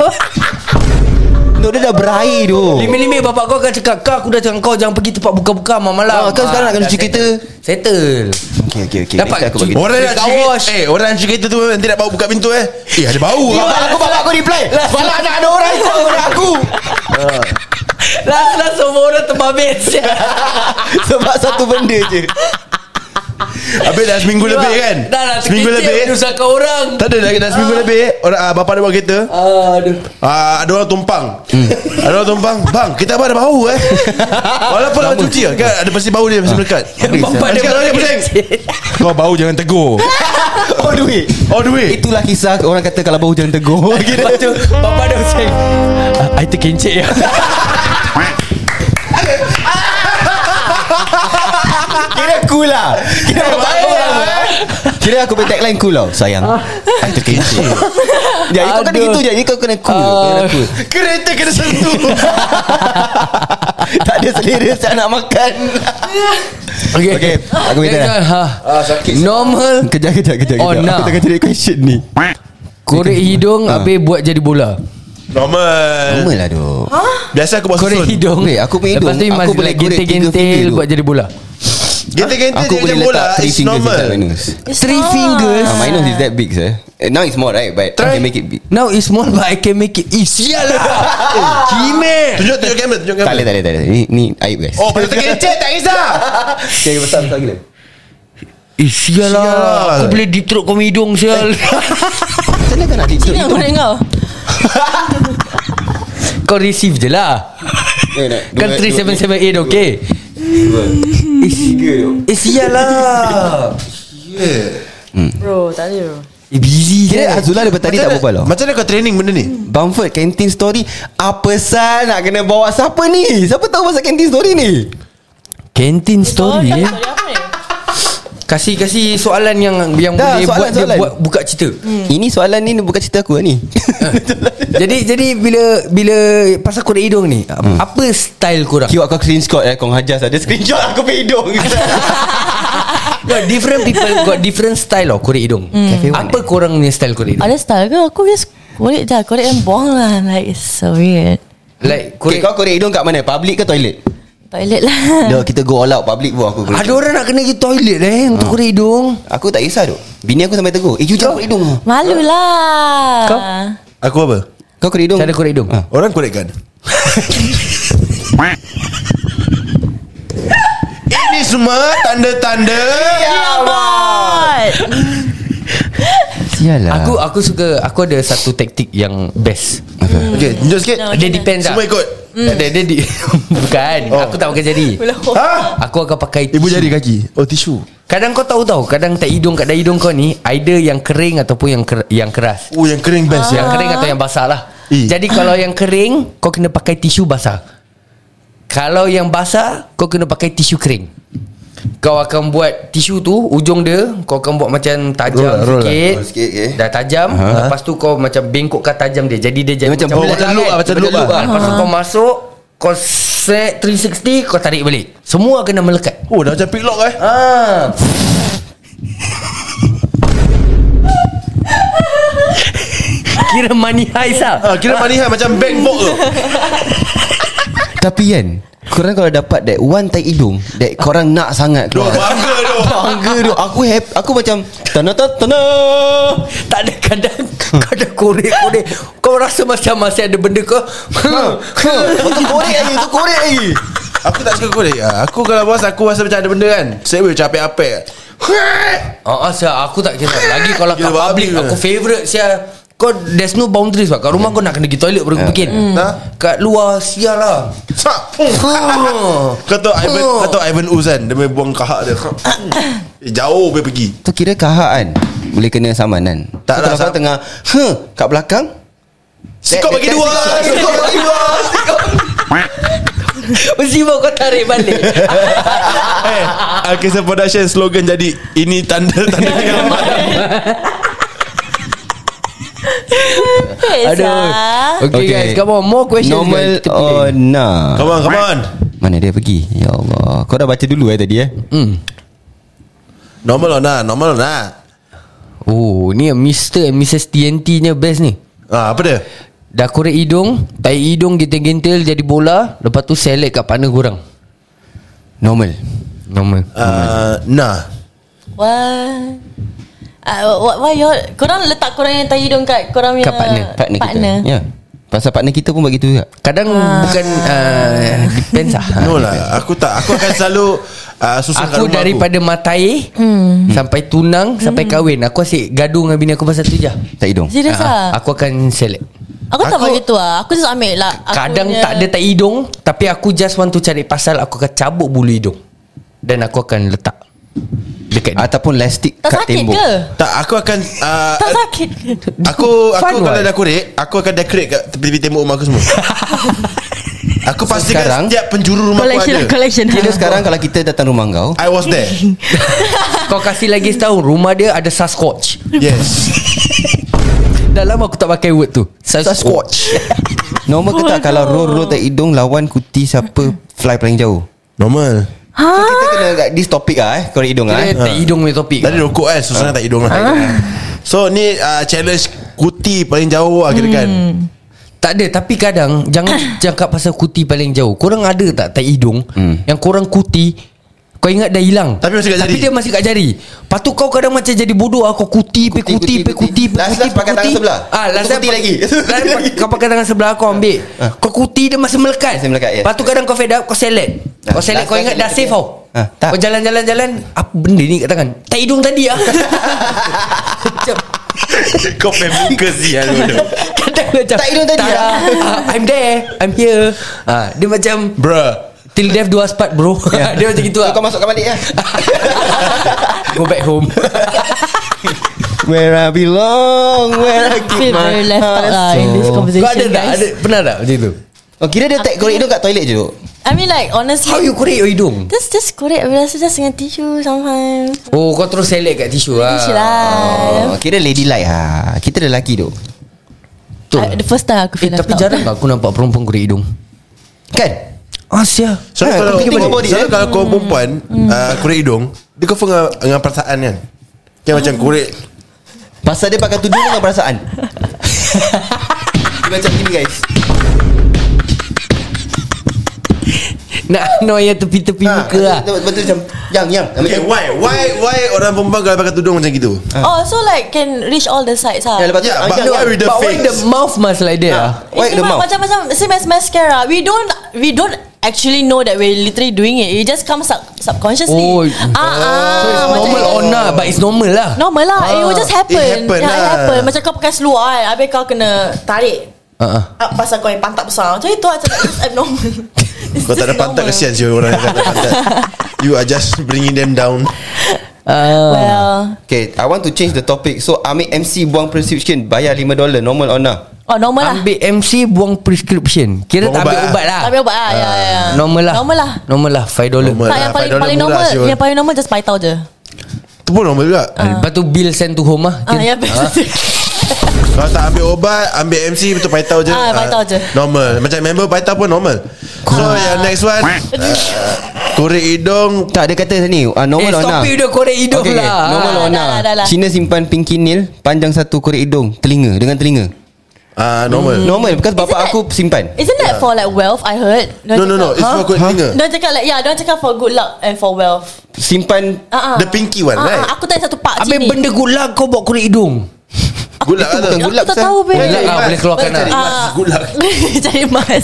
Speaker 5: Nuk dia dah berair tu
Speaker 3: Limit-limit bapak kau akan cakap Kau aku dah cakap kau Jangan pergi tempat buka-buka malam-malam
Speaker 5: Ah, kau sekarang nak kena
Speaker 3: dah
Speaker 5: cuci kereta.
Speaker 3: Settle
Speaker 5: Okay okay okay
Speaker 3: Dapat
Speaker 5: Nanti aku bagi
Speaker 2: Orang nak
Speaker 3: Car
Speaker 2: cuci
Speaker 3: wash.
Speaker 2: Eh orang nak cuci kereta tu Nanti nak bau buka pintu eh Eh ada bau lah
Speaker 5: Bapak aku bapak aku reply Bapak anak ada orang Kau anak aku
Speaker 3: Last-last semua orang terbabit sial.
Speaker 5: (laughs) Sebab satu benda je
Speaker 2: Habis dah seminggu lebih kan
Speaker 3: Dah lah
Speaker 2: Seminggu lebih
Speaker 3: Menyusahkan orang
Speaker 2: Tak ada dah dah seminggu lebih orang, ah, Bapak dia bawa kereta
Speaker 3: Aduh
Speaker 2: Ah, ada orang tumpang
Speaker 5: Hmm.
Speaker 2: Ada orang tumpang Bang kita abang ada bau
Speaker 5: (laughs)
Speaker 2: eh Walaupun dah cuci lah kan Ada pasti bau dia Masih
Speaker 5: (laughs)
Speaker 2: melekat
Speaker 3: Bapak dia
Speaker 2: Sekarang
Speaker 3: bawa
Speaker 2: dia pusing
Speaker 3: (laughs)
Speaker 2: Kau bau jangan tegur
Speaker 5: Oh duit
Speaker 2: All the way
Speaker 5: Itulah kisah Orang kata kalau bau jangan (laughs) tegur
Speaker 3: Lepas tu Bapak dia pusing I terkencit ya
Speaker 5: Kira cool lah Kira otak aku orang lah.
Speaker 3: eh.
Speaker 5: Kira aku punya tagline cool lah Sayang I terkencing Jadi
Speaker 3: Ah.
Speaker 5: Ya, kau kena
Speaker 3: Aduh. Ah.
Speaker 5: gitu je Jadi kau kena cool Kau kena cool (laughs)
Speaker 2: Kereta kena sentuh
Speaker 5: Tak ada selera Saya nak makan
Speaker 3: Okay, (laughs)
Speaker 5: Okay, aku minta dah.
Speaker 3: ha.
Speaker 2: Ah, sakit.
Speaker 3: Normal
Speaker 5: Kejap kejap kejap
Speaker 3: Oh,
Speaker 5: kejap.
Speaker 3: nah.
Speaker 5: Aku tengah cari question ni
Speaker 3: Korek hidung
Speaker 5: Ah.
Speaker 3: Habis buat jadi bola
Speaker 2: (laughs) Normal
Speaker 5: Normal lah tu
Speaker 2: Biasa aku buat
Speaker 3: Korek
Speaker 2: susun
Speaker 3: hidung
Speaker 5: Weh, Eh, aku punya
Speaker 3: Lepas tu
Speaker 5: hidung,
Speaker 3: aku
Speaker 5: aku boleh
Speaker 3: boleh
Speaker 5: korek tiga finger
Speaker 3: gentil
Speaker 5: tu.
Speaker 3: Buat jadi bola
Speaker 2: Gente-gente
Speaker 5: Aku boleh
Speaker 2: dia macam
Speaker 5: letak
Speaker 2: bola
Speaker 5: Three fingers
Speaker 2: lah. It's normal
Speaker 5: inside minus
Speaker 4: It's
Speaker 3: Three
Speaker 4: not.
Speaker 3: fingers.
Speaker 5: Ah, Minus is that big sir Eh, Now it's more right But I
Speaker 3: Try.
Speaker 5: can make it big
Speaker 3: Now it's small But I can make it Eh sial lah
Speaker 2: (laughs)
Speaker 3: Eh, Kime
Speaker 2: Tunjuk tunjuk kamera Tunjuk
Speaker 5: Tak
Speaker 2: kamera
Speaker 5: boleh tak boleh tak boleh Ni, ni aib guys
Speaker 2: Oh pada terkencet tak kisah
Speaker 5: (laughs) Okay besar besar gila
Speaker 3: Eh sial
Speaker 2: Sial.
Speaker 3: lah Aku boleh diteruk kau punya hidung
Speaker 2: (laughs)
Speaker 3: sial
Speaker 5: Macam mana kau nak tidur
Speaker 4: Sini aku nak kau
Speaker 3: Kau receive je lah
Speaker 2: Eh,
Speaker 3: Kan 377 okay Eh sial
Speaker 2: (laughs)
Speaker 3: lah
Speaker 4: Bro tak ada
Speaker 3: Eh busy je
Speaker 5: Kira Azula daripada tadi tak berbual lah
Speaker 2: Macam mana kau training benda ni
Speaker 5: Bamford Canteen Story Apa sal nak kena bawa Siapa ni Siapa tahu pasal Canteen Story ni
Speaker 3: Canteen story
Speaker 4: Story apa ni
Speaker 3: Kasih kasih soalan yang yang
Speaker 5: Dah,
Speaker 3: boleh
Speaker 5: soalan,
Speaker 3: buat dia
Speaker 5: soalan.
Speaker 3: buat buka cerita.
Speaker 5: Ini soalan ni bukan cerita aku lah ni
Speaker 3: jadi jadi bila bila pasal korek hidung ni, hmm. apa style korang?
Speaker 5: Kira kau screenshot eh Kau hajar saja Screenshot aku punya hidung
Speaker 3: Got different people got different style of korek hidung. Hmm. Apa korang punya style korek hidung?
Speaker 4: Ada style ke Aku just Korek je Korek dan buang lah Like it's so weird
Speaker 3: Like korek
Speaker 5: okay, Kau korek hidung kat mana Public ke toilet
Speaker 4: Toilet lah
Speaker 5: Dah kita go all out Public pun aku korek
Speaker 3: ada orang nak kena pergi toilet eh untuk
Speaker 5: Hmm.
Speaker 3: korek hidung.
Speaker 5: Aku tak kisah tu Bini aku sampai tegur Eh you jangan korek hidung
Speaker 4: Malu lah
Speaker 3: Kau?
Speaker 2: Aku apa
Speaker 5: Kau korek hidung
Speaker 3: Cara korek hidung.
Speaker 5: Ah.
Speaker 2: Orang
Speaker 5: (laughs)
Speaker 2: korekkan Ini semua tanda-tanda
Speaker 5: Ya.
Speaker 4: But
Speaker 5: Sial lah
Speaker 3: Aku aku suka aku ada satu taktik yang best.
Speaker 2: Okay tunjuk sikit
Speaker 4: No.
Speaker 3: Hmm. Dia depends
Speaker 2: Semua ikut
Speaker 3: Tak ada dia di (laughs) Bukan oh. Aku tak pakai jari
Speaker 4: Oh.
Speaker 2: Ha
Speaker 3: Aku akan pakai
Speaker 2: Ibu
Speaker 3: tisu.
Speaker 2: jari kaki Oh tisu
Speaker 3: Kadang kau tahu tau Kadang tak hidung Kat dalam hidung kau ni Either yang kering Ataupun yang ker- yang keras
Speaker 2: Oh yang kering best
Speaker 3: Yang
Speaker 2: ya
Speaker 3: kering atau yang basah lah
Speaker 2: Eh.
Speaker 3: Jadi kalau yang kering Kau kena pakai tisu basah Kalau yang basah Kau kena pakai tisu kering Kau akan buat tisu tu Ujung dia Kau akan buat macam tajam
Speaker 2: Roll lah, roll lah.
Speaker 3: sikit,
Speaker 5: Roll sikit, okay.
Speaker 3: Dah tajam uh-huh. Lepas tu kau macam bengkokkan tajam dia Jadi dia jadi
Speaker 5: Dia macam bola
Speaker 2: macam loop lah, macam loop lah.
Speaker 3: Lepas tu kau masuk Kau set 360 Kau tarik balik Semua kena melekat
Speaker 2: Oh dah macam picklock eh
Speaker 3: Ah. (laughs) Kira money heist lah
Speaker 2: Ah, Kira manihan macam bank book (laughs) tu
Speaker 5: Tapi kan Korang kalau dapat That one tai hidung That korang nak sangat
Speaker 2: Duh
Speaker 5: keluar
Speaker 2: bangga tu
Speaker 5: Bangga tu Aku happy Aku macam Tana tana tana
Speaker 3: Tak ada kadang Kadang korek-korek Kau rasa macam masih ada benda kau
Speaker 5: Aku korek lagi Aku korek lagi
Speaker 2: Aku tak suka korek Ah, Aku kalau bos Aku rasa macam ada benda kan Saya boleh capek-apek
Speaker 3: (laughs)
Speaker 2: (laughs)
Speaker 3: Ah, ah, sial, aku tak kira Lagi kalau kat
Speaker 2: Gila, babi
Speaker 3: public
Speaker 2: ke?
Speaker 3: Aku favourite sial Kau there's no boundaries pak. Kat rumah kau nak kena pergi toilet Baru kau bikin
Speaker 2: Ah.
Speaker 3: Kat luar sial lah
Speaker 2: Sak Pum. Kau tahu Ivan
Speaker 3: Oh.
Speaker 2: Kau tahu Ivan Uzan Dia main buang kahak (laughs) dia Eh, Jauh dia pergi
Speaker 5: Tu kira kahak kan Boleh kena saman kan So,
Speaker 2: Tak lah,
Speaker 5: Kalau kau
Speaker 2: sam-
Speaker 5: tengah Huh Kat belakang
Speaker 2: Sikap bagi dua Sikap bagi dua
Speaker 3: Mesti baru kau tarik balik (laughs)
Speaker 2: Eh Alkisah Production slogan jadi Ini tanda-tanda kiamat
Speaker 4: Aduh lah.
Speaker 3: Okay, guys Come on more questions
Speaker 5: Normal
Speaker 3: guys. Kita pilih.
Speaker 5: or nah
Speaker 2: Come on come on
Speaker 5: Mana dia pergi Ya Allah Kau dah baca dulu eh tadi eh
Speaker 3: Hmm.
Speaker 2: Normal or not Normal or not
Speaker 3: Oh ni yang Mr and Mrs TNT nya best ni
Speaker 2: Ah, apa dia?
Speaker 3: Dah korek hidung Tarik hidung gentil-gentil jadi bola Lepas tu select kat partner korang
Speaker 5: Normal
Speaker 3: Normal
Speaker 2: Uh, nah.
Speaker 4: Why uh, Why, why y'all Korang letak korang yang tahi hidung kat Korang punya
Speaker 3: Kat partner,
Speaker 5: Partner,
Speaker 4: partner.
Speaker 5: kita Ya Pasal partner kita pun bagi tu juga
Speaker 3: Kadang
Speaker 4: Ah.
Speaker 3: bukan uh, Depends lah
Speaker 2: No lah Aku tak Aku akan selalu uh, Susun kat
Speaker 3: Aku
Speaker 2: rumah
Speaker 3: daripada matair hmm. Sampai tunang Sampai
Speaker 4: Hmm.
Speaker 3: kahwin Aku asyik gaduh dengan bini aku pasal tu je
Speaker 5: Tak hidung
Speaker 4: Serius
Speaker 3: Ah,
Speaker 4: lah
Speaker 3: Aku akan select
Speaker 4: Aku tak
Speaker 3: Aku-
Speaker 4: bagi tu lah Aku just ambil lah Aku
Speaker 3: Kadang
Speaker 4: punya-
Speaker 3: tak ada tak hidung Tapi aku just want to cari pasal Aku akan cabut bulu hidung Dan aku akan letak Dekat dia.
Speaker 5: Ataupun elastik
Speaker 4: Tak
Speaker 5: kat
Speaker 4: sakit
Speaker 5: tembok
Speaker 4: ke
Speaker 2: Tak aku akan uh,
Speaker 4: Tak sakit ke?
Speaker 2: Aku
Speaker 3: Fun
Speaker 2: aku kalau
Speaker 3: what?
Speaker 2: dah korek Aku akan decorate kat tepi-tepi tembok rumah aku semua Aku pastikan
Speaker 5: sekarang-
Speaker 2: setiap penjuru rumah
Speaker 4: (laughs)
Speaker 2: aku
Speaker 4: Collection lah,
Speaker 2: ada.
Speaker 4: collection (laughs)
Speaker 5: Kira sekarang kalau kita datang rumah kau
Speaker 2: I was there.
Speaker 3: Kau kasih lagi setahun Rumah dia ada Sasquatch
Speaker 2: Yes.
Speaker 3: Dah lama aku tak pakai word tu Sasquatch
Speaker 5: Normal ke tak Kalau roll-roll tak hidung Lawan kuti siapa Fly paling jauh
Speaker 2: Normal.
Speaker 5: So kita kena kat This topic lah eh Korek hidung lah eh.
Speaker 3: Kira tak hidung punya topik
Speaker 2: Tadi rokok kan Susah tak hidung lah
Speaker 5: Ah.
Speaker 2: So ni uh, challenge Kuti paling jauh lah kira kan
Speaker 5: Hmm.
Speaker 3: Tak ada Tapi kadang Jangan cakap pasal kuti paling jauh Korang ada tak Tak hidung
Speaker 5: Hmm.
Speaker 3: Yang korang kuti Kau ingat dah hilang
Speaker 2: Tapi masih kat
Speaker 3: Tapi
Speaker 2: jari.
Speaker 3: dia masih kat jari Lepas tu kau kadang macam jadi bodoh Aku kuti Pe kuti
Speaker 5: Kuti,
Speaker 3: Pe
Speaker 5: kuti, kuti.
Speaker 3: kuti pe
Speaker 5: Last-
Speaker 3: kuti,
Speaker 5: last
Speaker 3: pe
Speaker 5: pakai tangan
Speaker 3: kuti.
Speaker 5: sebelah.
Speaker 3: Ah, Last
Speaker 5: Kau kuti
Speaker 3: pa-
Speaker 5: lagi. (laughs)
Speaker 3: last pa-
Speaker 5: Lagi.
Speaker 3: Kau pakai tangan sebelah kau ambil
Speaker 5: Ah.
Speaker 3: Kau kuti dia masih melekat
Speaker 5: Masih melekat, yes.
Speaker 3: Lepas tu kadang kau fed up Kau select
Speaker 5: Ah,
Speaker 3: Kau select
Speaker 5: last
Speaker 3: kau
Speaker 5: time
Speaker 3: ingat dah
Speaker 5: select
Speaker 3: safe
Speaker 5: dia.
Speaker 3: tau
Speaker 5: Ah, tak.
Speaker 3: Kau jalan-jalan-jalan Apa benda ni kat tangan Tak hidung tadi
Speaker 5: (laughs)
Speaker 3: ah Macam
Speaker 2: Kau memang kesian
Speaker 3: Kadang macam
Speaker 5: Tak hidung tadi
Speaker 3: "Tara,
Speaker 5: ah?"
Speaker 3: ah, I'm there I'm here ah, Dia macam
Speaker 2: Bruh
Speaker 3: Till death do us part bro yeah. (laughs) Dia macam gitu
Speaker 5: So
Speaker 3: lah
Speaker 5: Ya. kau masukkan balik lah
Speaker 3: Go back
Speaker 5: (laughs)
Speaker 3: home
Speaker 5: Where I belong Where I
Speaker 4: Feel
Speaker 5: keep my
Speaker 4: very left out lah In this conversation
Speaker 3: Ah, Kau ada tak
Speaker 4: guys
Speaker 3: ada, Pernah tak macam tu
Speaker 5: Oh kira dia tak korek hidung kat toilet je
Speaker 4: I mean like honestly
Speaker 3: How you korek your hidung
Speaker 4: Just just korek Bila rasa just dengan tisu Sometimes
Speaker 3: Oh kau terus selek kat tisu lah
Speaker 4: Tisu lah
Speaker 5: Oh kira lady like ha Kita lelaki tu
Speaker 3: Betul
Speaker 4: I- The first time aku
Speaker 3: Eh
Speaker 4: feel
Speaker 3: tapi
Speaker 4: left out.
Speaker 3: jarang aku nampak perempuan korek hidung
Speaker 5: Kan
Speaker 3: Ah sia
Speaker 2: So
Speaker 5: Ah,
Speaker 2: kalau
Speaker 5: kau fikir balik, eh?
Speaker 2: Selalu
Speaker 5: Hmm.
Speaker 2: kalau kau perempuan uh, Korek hidung Dia kau dengan, dengan perasaan kan Kan macam korek
Speaker 5: Pasal dia pakai tudung dengan perasaan
Speaker 3: (laughs)
Speaker 5: Dia macam gini guys
Speaker 3: Nak (laughs) annoy yang tepi-tepi muka lah
Speaker 5: Ah, Betul Ha, macam Yang yang
Speaker 2: Okay Eh, why Why why orang perempuan Kalau pakai tudung macam gitu
Speaker 4: Oh so like Can reach all the sides lah
Speaker 5: Ya, lepas tu
Speaker 2: Yeah,
Speaker 5: ah,
Speaker 2: but
Speaker 5: yang-
Speaker 2: why with the
Speaker 3: But why
Speaker 2: face
Speaker 3: the mouth must like that lah
Speaker 5: Why
Speaker 4: It's
Speaker 5: the
Speaker 4: memang
Speaker 5: mouth?
Speaker 4: Eh, Macam macam same as mascara. We don't we don't actually know that we're literally doing it. It just comes sub subconsciously.
Speaker 3: Oh.
Speaker 4: Ah, ah,
Speaker 3: So it's
Speaker 4: macam
Speaker 3: normal
Speaker 4: itu.
Speaker 3: or not But it's normal lah
Speaker 4: Normal lah. It will just happen.
Speaker 2: Ah, It happen
Speaker 4: yeah, it
Speaker 2: lah.
Speaker 4: happen. Macam kau pakai seluar kan. Habis kau kena tarik.
Speaker 3: Ah, ah.
Speaker 4: Up pasal kau yang pantat besar. Macam itu lah, macam it's
Speaker 2: (laughs)
Speaker 4: abnormal. It's
Speaker 2: Kau tak ada
Speaker 4: just
Speaker 2: pantat
Speaker 4: normal.
Speaker 2: Kesian siapa orang yang tak ada
Speaker 5: (laughs)
Speaker 2: pantat You are just bringing them down
Speaker 3: Ah.
Speaker 4: Well,
Speaker 5: Okay I want to change the topic So ambil MC buang prescription Bayar $5 Normal or not
Speaker 4: oh normal lah.
Speaker 3: Ambil MC buang prescription Kira
Speaker 2: Buang
Speaker 3: tak ambil
Speaker 2: ubat
Speaker 3: ubat lah
Speaker 4: Tak ambil ubat lah. Ya, ya, ya.
Speaker 3: Normal lah
Speaker 4: Normal lah.
Speaker 3: Normal lah 5 dollar
Speaker 2: Normal.
Speaker 4: Tak
Speaker 2: lah.
Speaker 4: yang paling
Speaker 2: Five dollar
Speaker 4: paling
Speaker 2: murah
Speaker 4: normal,
Speaker 2: siul.
Speaker 4: yang paling normal just paitau je.
Speaker 2: Tu pun normal juga
Speaker 3: Ah.
Speaker 5: Ah.
Speaker 3: Lepas tu bill send to home lah
Speaker 4: Ah, ya best.
Speaker 2: Kalau tak ambil obat Ambil MC Betul paitau je
Speaker 4: Ah, paitau
Speaker 2: Ah,
Speaker 4: je.
Speaker 2: Normal Macam member paitau pun normal So yang next one ah, Korek hidung
Speaker 5: Tak dia kata ni uh,
Speaker 3: Eh
Speaker 5: Normal or
Speaker 3: stop
Speaker 5: not
Speaker 3: it dah korek hidung
Speaker 5: Okay,
Speaker 3: lah
Speaker 5: Normal
Speaker 4: Ah,
Speaker 5: or
Speaker 4: dah
Speaker 5: not
Speaker 4: lah, dah lah.
Speaker 5: Cina simpan pinkinil Panjang satu korek hidung Telinga Dengan telinga
Speaker 2: ah,
Speaker 4: Hmm.
Speaker 2: Normal
Speaker 5: Normal Because
Speaker 4: Isn't
Speaker 5: bapak
Speaker 4: that-
Speaker 5: aku simpan
Speaker 4: Isn't that for like wealth I heard?
Speaker 2: No no no It's for korek telinga
Speaker 4: Dia cakap like Yeah dia cakap for good luck And for wealth
Speaker 5: Simpan
Speaker 4: uh-uh.
Speaker 2: The pinky one, right?
Speaker 4: Aku tanya satu pak
Speaker 3: Habis
Speaker 4: sini
Speaker 3: benda good luck kau buat korek hidung
Speaker 2: Good luck lah tu
Speaker 4: Aku
Speaker 5: Good luck,
Speaker 4: tak
Speaker 5: Sam.
Speaker 4: tahu babe
Speaker 3: Good luck lah boleh keluarkan lah
Speaker 4: Ah.
Speaker 2: Good luck.
Speaker 4: (laughs) Cari mas I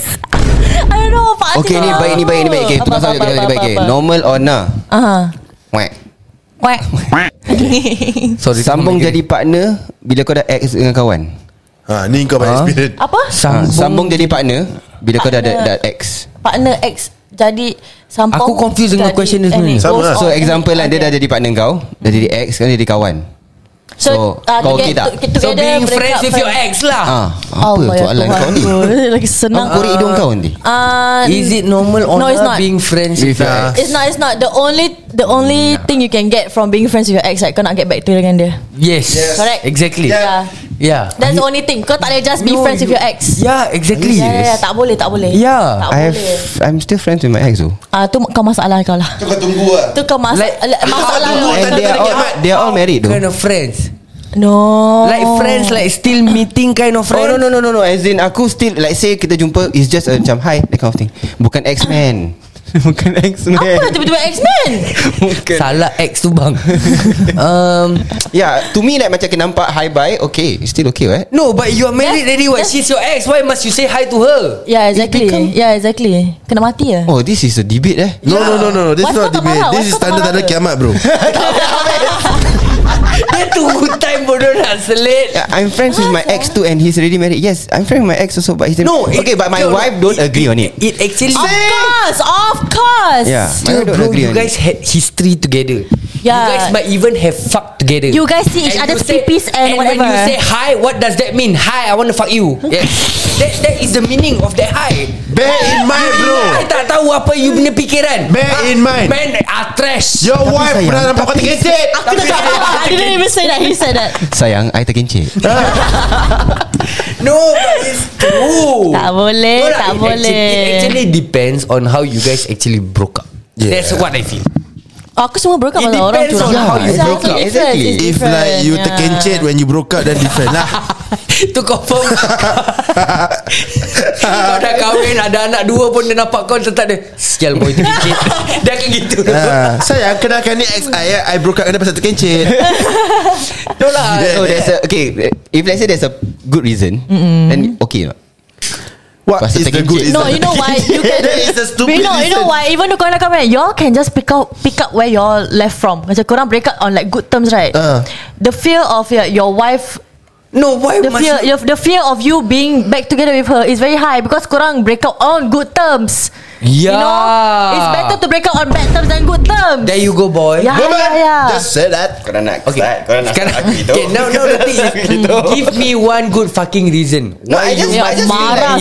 Speaker 4: don't know Pak
Speaker 5: Okay ni baik ni baik ni baik Okay tukar subjek tukar subjek baik okay. Normal or not
Speaker 4: Ah,
Speaker 5: Whack
Speaker 4: Quack (laughs)
Speaker 3: Sorry
Speaker 5: Sambung jadi partner Bila kau dah ex dengan kawan
Speaker 2: ha, Ni kau
Speaker 5: Ah.
Speaker 2: banyak experience
Speaker 4: Apa?
Speaker 5: Sambung,
Speaker 3: Sambung,
Speaker 5: sambung jadi partner Bila kau dah, dah, dah
Speaker 4: Partner.
Speaker 5: ex
Speaker 4: Partner ex Jadi Sampong
Speaker 3: Aku confused dengan
Speaker 4: jadi
Speaker 3: question ni sebenarnya.
Speaker 4: and it
Speaker 2: Sama
Speaker 4: goes
Speaker 2: lah.
Speaker 5: So
Speaker 4: on.
Speaker 5: example lah Dia dah jadi partner kau Dah jadi ex Sekarang jadi kawan
Speaker 4: So,
Speaker 5: so,
Speaker 4: ah,
Speaker 5: kau
Speaker 4: to
Speaker 5: okay
Speaker 4: get-
Speaker 5: tak?
Speaker 4: to get
Speaker 3: So
Speaker 4: together,
Speaker 3: being
Speaker 4: break
Speaker 3: friends
Speaker 4: up
Speaker 3: with your
Speaker 4: friends.
Speaker 3: ex lah
Speaker 5: ah, Apa
Speaker 4: Allah, ya
Speaker 5: soalan
Speaker 4: Tuhan (laughs)
Speaker 5: kau ni
Speaker 4: ku. Lagi senang
Speaker 5: Kau korek hidung kau nanti
Speaker 4: Ah,
Speaker 3: Is it normal or
Speaker 4: No, it's
Speaker 3: not
Speaker 4: not.
Speaker 3: being friends
Speaker 5: With
Speaker 3: with
Speaker 5: your
Speaker 3: your
Speaker 5: ex.
Speaker 4: It's not It's not The only The only thing you can get From being friends with your ex Like kau nak get back to dengan dia
Speaker 3: Yes
Speaker 4: Correct.
Speaker 3: Exactly
Speaker 4: Yeah.
Speaker 3: Yeah
Speaker 4: That's the only thing Kau tak boleh just be
Speaker 3: No,
Speaker 4: friends with
Speaker 3: you-
Speaker 4: your ex
Speaker 3: Yeah exactly
Speaker 4: Ya, ya, ya, tak boleh, tak boleh.
Speaker 3: Yeah,
Speaker 4: tak
Speaker 5: I have
Speaker 4: boleh.
Speaker 5: I'm still friends with my ex though
Speaker 4: Ah, tu kau masalah kau lah.
Speaker 2: Tu kau tunggu lah
Speaker 4: Tu kau mas
Speaker 3: Like-
Speaker 4: like,
Speaker 3: Oh,
Speaker 4: masalah kau.
Speaker 2: Aku tunggu
Speaker 5: And
Speaker 2: tanda
Speaker 5: they are
Speaker 2: hari
Speaker 5: all
Speaker 2: kiamat.
Speaker 5: They are all married though
Speaker 3: Kind of friends
Speaker 4: No.
Speaker 3: Like friends Like still meeting kind of
Speaker 5: Oh
Speaker 3: friends
Speaker 5: no no no no no As in aku still Like say kita jumpa It's just a macam Hi that kind of thing Bukan
Speaker 3: (laughs)
Speaker 5: X-Men Bukan X-Men
Speaker 4: Apa tiba-tiba X-Men?
Speaker 5: Bukan
Speaker 3: Salah ex tu
Speaker 5: (laughs)
Speaker 3: bang um,
Speaker 5: Yeah Ya, To me like macam kita nampak Hi bye Okay it's Still okay right
Speaker 3: No but you are married already what?
Speaker 4: That's-
Speaker 3: She's your ex Why must you say hi to her
Speaker 4: Yeah, exactly.
Speaker 5: become-
Speaker 4: Yeah, exactly. Kena mati ya.
Speaker 5: Oh this is a debate eh
Speaker 2: No no no no no. This is
Speaker 4: Why Ya. kau tak
Speaker 2: not debate
Speaker 4: marah? Why
Speaker 2: This is
Speaker 4: kau tak
Speaker 2: tanda-tanda
Speaker 4: marah?
Speaker 2: kiamat bro
Speaker 3: Dia tunggu time bodoh nak selit
Speaker 5: Yeah, I'm friends with my ex too and he's already married. Yes, I'm friends with my ex also but he's
Speaker 3: No, it-
Speaker 5: okay, but my
Speaker 3: no, no,
Speaker 5: wife don't agree on it.
Speaker 3: It actually
Speaker 4: Of course Of course (laughs)
Speaker 5: Yeah, my
Speaker 3: Still
Speaker 5: wife don't
Speaker 3: bro
Speaker 5: agree
Speaker 3: You
Speaker 5: on
Speaker 3: guys
Speaker 5: it.
Speaker 3: had history together You
Speaker 4: Yeah.
Speaker 3: guys might even have fucked together
Speaker 4: You guys see each
Speaker 3: And
Speaker 4: other's
Speaker 3: you say-
Speaker 4: pipis and
Speaker 3: And when you
Speaker 4: whatever.
Speaker 3: say hi What does that mean? Hi I want to fuck
Speaker 4: (laughs)
Speaker 3: you Yes That that is the meaning of that hi
Speaker 2: Bear in mind bro
Speaker 3: I tak tahu apa you punya pikiran
Speaker 2: Bear
Speaker 3: Ah,
Speaker 2: in mind.
Speaker 3: Man are trash
Speaker 2: Your wife pernah nampak kau tergesek
Speaker 4: Aku tak I didn't even say that He said that
Speaker 5: Sayang, I terkencit.
Speaker 3: No but it's true
Speaker 4: Tak boleh,
Speaker 3: No lah,
Speaker 4: tak
Speaker 3: it
Speaker 4: boleh.
Speaker 3: actually, It actually depends on how you guys actually broke up
Speaker 2: Yeah.
Speaker 3: That's what I feel
Speaker 4: Oh, Aku semua broke up
Speaker 3: It
Speaker 4: pasal orang
Speaker 3: depends
Speaker 4: curang
Speaker 3: on how you
Speaker 4: It's
Speaker 5: broke
Speaker 4: also
Speaker 5: up.
Speaker 4: different,
Speaker 5: Exactly.
Speaker 4: it's
Speaker 2: If
Speaker 4: different,
Speaker 2: like you
Speaker 4: yeah.
Speaker 2: terkencit When you broke up Then different
Speaker 4: (laughs)
Speaker 2: lah
Speaker 3: (laughs) Tu
Speaker 5: (laughs)
Speaker 3: confirm Kau dah kahwin Ada anak dua pun Dia nampak kau tetap dia Sial boy tu
Speaker 5: (laughs)
Speaker 3: kecil Dah kayak gitu
Speaker 2: Ah, Sayang kenalkan ni ex I I broke up dengan pasal terkencit
Speaker 3: No
Speaker 5: (laughs)
Speaker 3: lah
Speaker 5: So there's Oh, a okay, if let's say there's a good reason, then okay. lah.
Speaker 2: What
Speaker 5: Pasal
Speaker 2: is the
Speaker 5: terkencit.
Speaker 2: good
Speaker 4: No, you know why? You can.
Speaker 2: That is the
Speaker 4: you
Speaker 2: stupid
Speaker 4: know, you know
Speaker 2: reason.
Speaker 4: why? Even though korang dah kahwin, y'all can just pick up pick up where y'all left from. Macam korang break up on like good terms, right?
Speaker 2: Ah.
Speaker 4: The fear of your, your wife
Speaker 3: No why
Speaker 4: The
Speaker 3: must
Speaker 4: fear, your, the fear of you being back together with her is very high because korang break up on good terms. You
Speaker 3: Yeah.
Speaker 4: know, it's better to break up on bad terms than good terms.
Speaker 3: There you go boy
Speaker 4: Yeah,
Speaker 2: Woman
Speaker 4: yeah, yeah.
Speaker 2: Just say that
Speaker 5: Korang nak
Speaker 3: Okay.
Speaker 5: start, korang nak
Speaker 3: Sekarang
Speaker 5: start aku gitu.
Speaker 3: okay, Now now the
Speaker 5: (laughs)
Speaker 3: thing is mm, Give me one good fucking reason
Speaker 5: No, I just, I just
Speaker 4: Marah,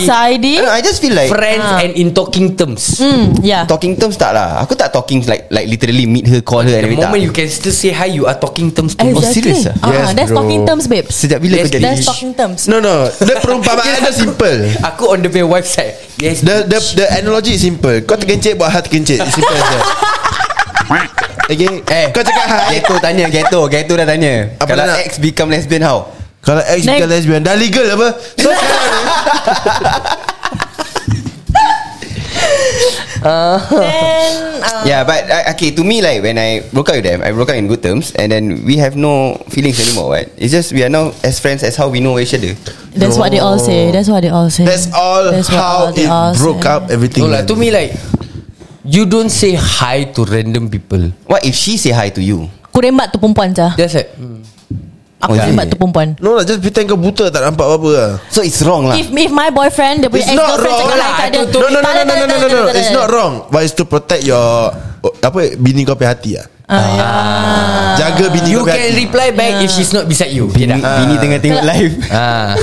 Speaker 5: feel like,
Speaker 4: Saidi.
Speaker 5: No, I just feel like
Speaker 3: Friends
Speaker 4: Ah.
Speaker 3: and in talking terms
Speaker 4: Hmm, yeah.
Speaker 5: talking terms tak lah. Aku tak talking like like literally meet her, call her
Speaker 3: The
Speaker 5: and everything.
Speaker 3: moment
Speaker 5: tak.
Speaker 3: you can still say hi You are talking terms to
Speaker 4: Exactly.
Speaker 5: Oh, serious ah?
Speaker 4: Ah,
Speaker 2: Yes,
Speaker 4: that's
Speaker 2: bro.
Speaker 4: talking terms, babes.
Speaker 5: Sejak bila kau
Speaker 3: That's-
Speaker 5: jadi
Speaker 4: That's talking terms.
Speaker 2: No no (laughs) The perumpamaan dia simple
Speaker 3: Aku on the way website Yes
Speaker 2: The the the analogy is simple Kau terkencit buat hal terkencit It's Simple saja Okay
Speaker 5: Eh
Speaker 2: Kau cakap hai
Speaker 5: Ghetto tanya Ghetto Ghetto dah tanya
Speaker 2: Apa
Speaker 5: Apa Kalau
Speaker 2: dia nak?
Speaker 5: ex become lesbian how
Speaker 2: (laughs) Kalau ex
Speaker 4: Next.
Speaker 2: bukan lesbian Dah legal apa So sekarang ni
Speaker 4: Then, uh,
Speaker 5: Yeah but I- Okay to me like When I broke up with them I broke up in good terms And then We have no feelings anymore right It's just we are now As friends As how we know each other
Speaker 4: that's what they all say. That's what they all say.
Speaker 2: That's all
Speaker 4: That's what all
Speaker 2: How
Speaker 4: they
Speaker 2: it
Speaker 4: all
Speaker 2: broke
Speaker 4: say.
Speaker 2: up Everything
Speaker 3: No lah to me like You don't say hi to random people
Speaker 5: What if she say hi to you
Speaker 4: Aku rembat tu perempuan sah.
Speaker 3: That's like hmm.
Speaker 4: Aku
Speaker 5: Oh, yeah.
Speaker 4: rembat tu perempuan.
Speaker 2: No lah just pretend kau buta Tak nampak apa-apa lah
Speaker 5: So it's wrong lah
Speaker 4: If if my boyfriend dia punya
Speaker 2: It's not
Speaker 4: ex-girlfriend
Speaker 2: wrong
Speaker 4: cakap
Speaker 3: lah.
Speaker 4: lah tak ada.
Speaker 3: Itu-
Speaker 2: No no no
Speaker 4: Tak ada,
Speaker 2: no
Speaker 4: tak ada,
Speaker 2: no no
Speaker 4: tak
Speaker 2: no, no,
Speaker 4: ada,
Speaker 2: no.
Speaker 4: tak ada.
Speaker 2: It's not wrong But it's to protect your oh, Apa Bini kau punya hati lah
Speaker 4: Ah, yeah.
Speaker 2: Jaga bini
Speaker 3: You
Speaker 2: kau punya
Speaker 3: can
Speaker 2: hati
Speaker 3: reply back If she's not beside you
Speaker 5: Bini,
Speaker 3: Tidak
Speaker 5: bini tengah tengok live
Speaker 3: Ah,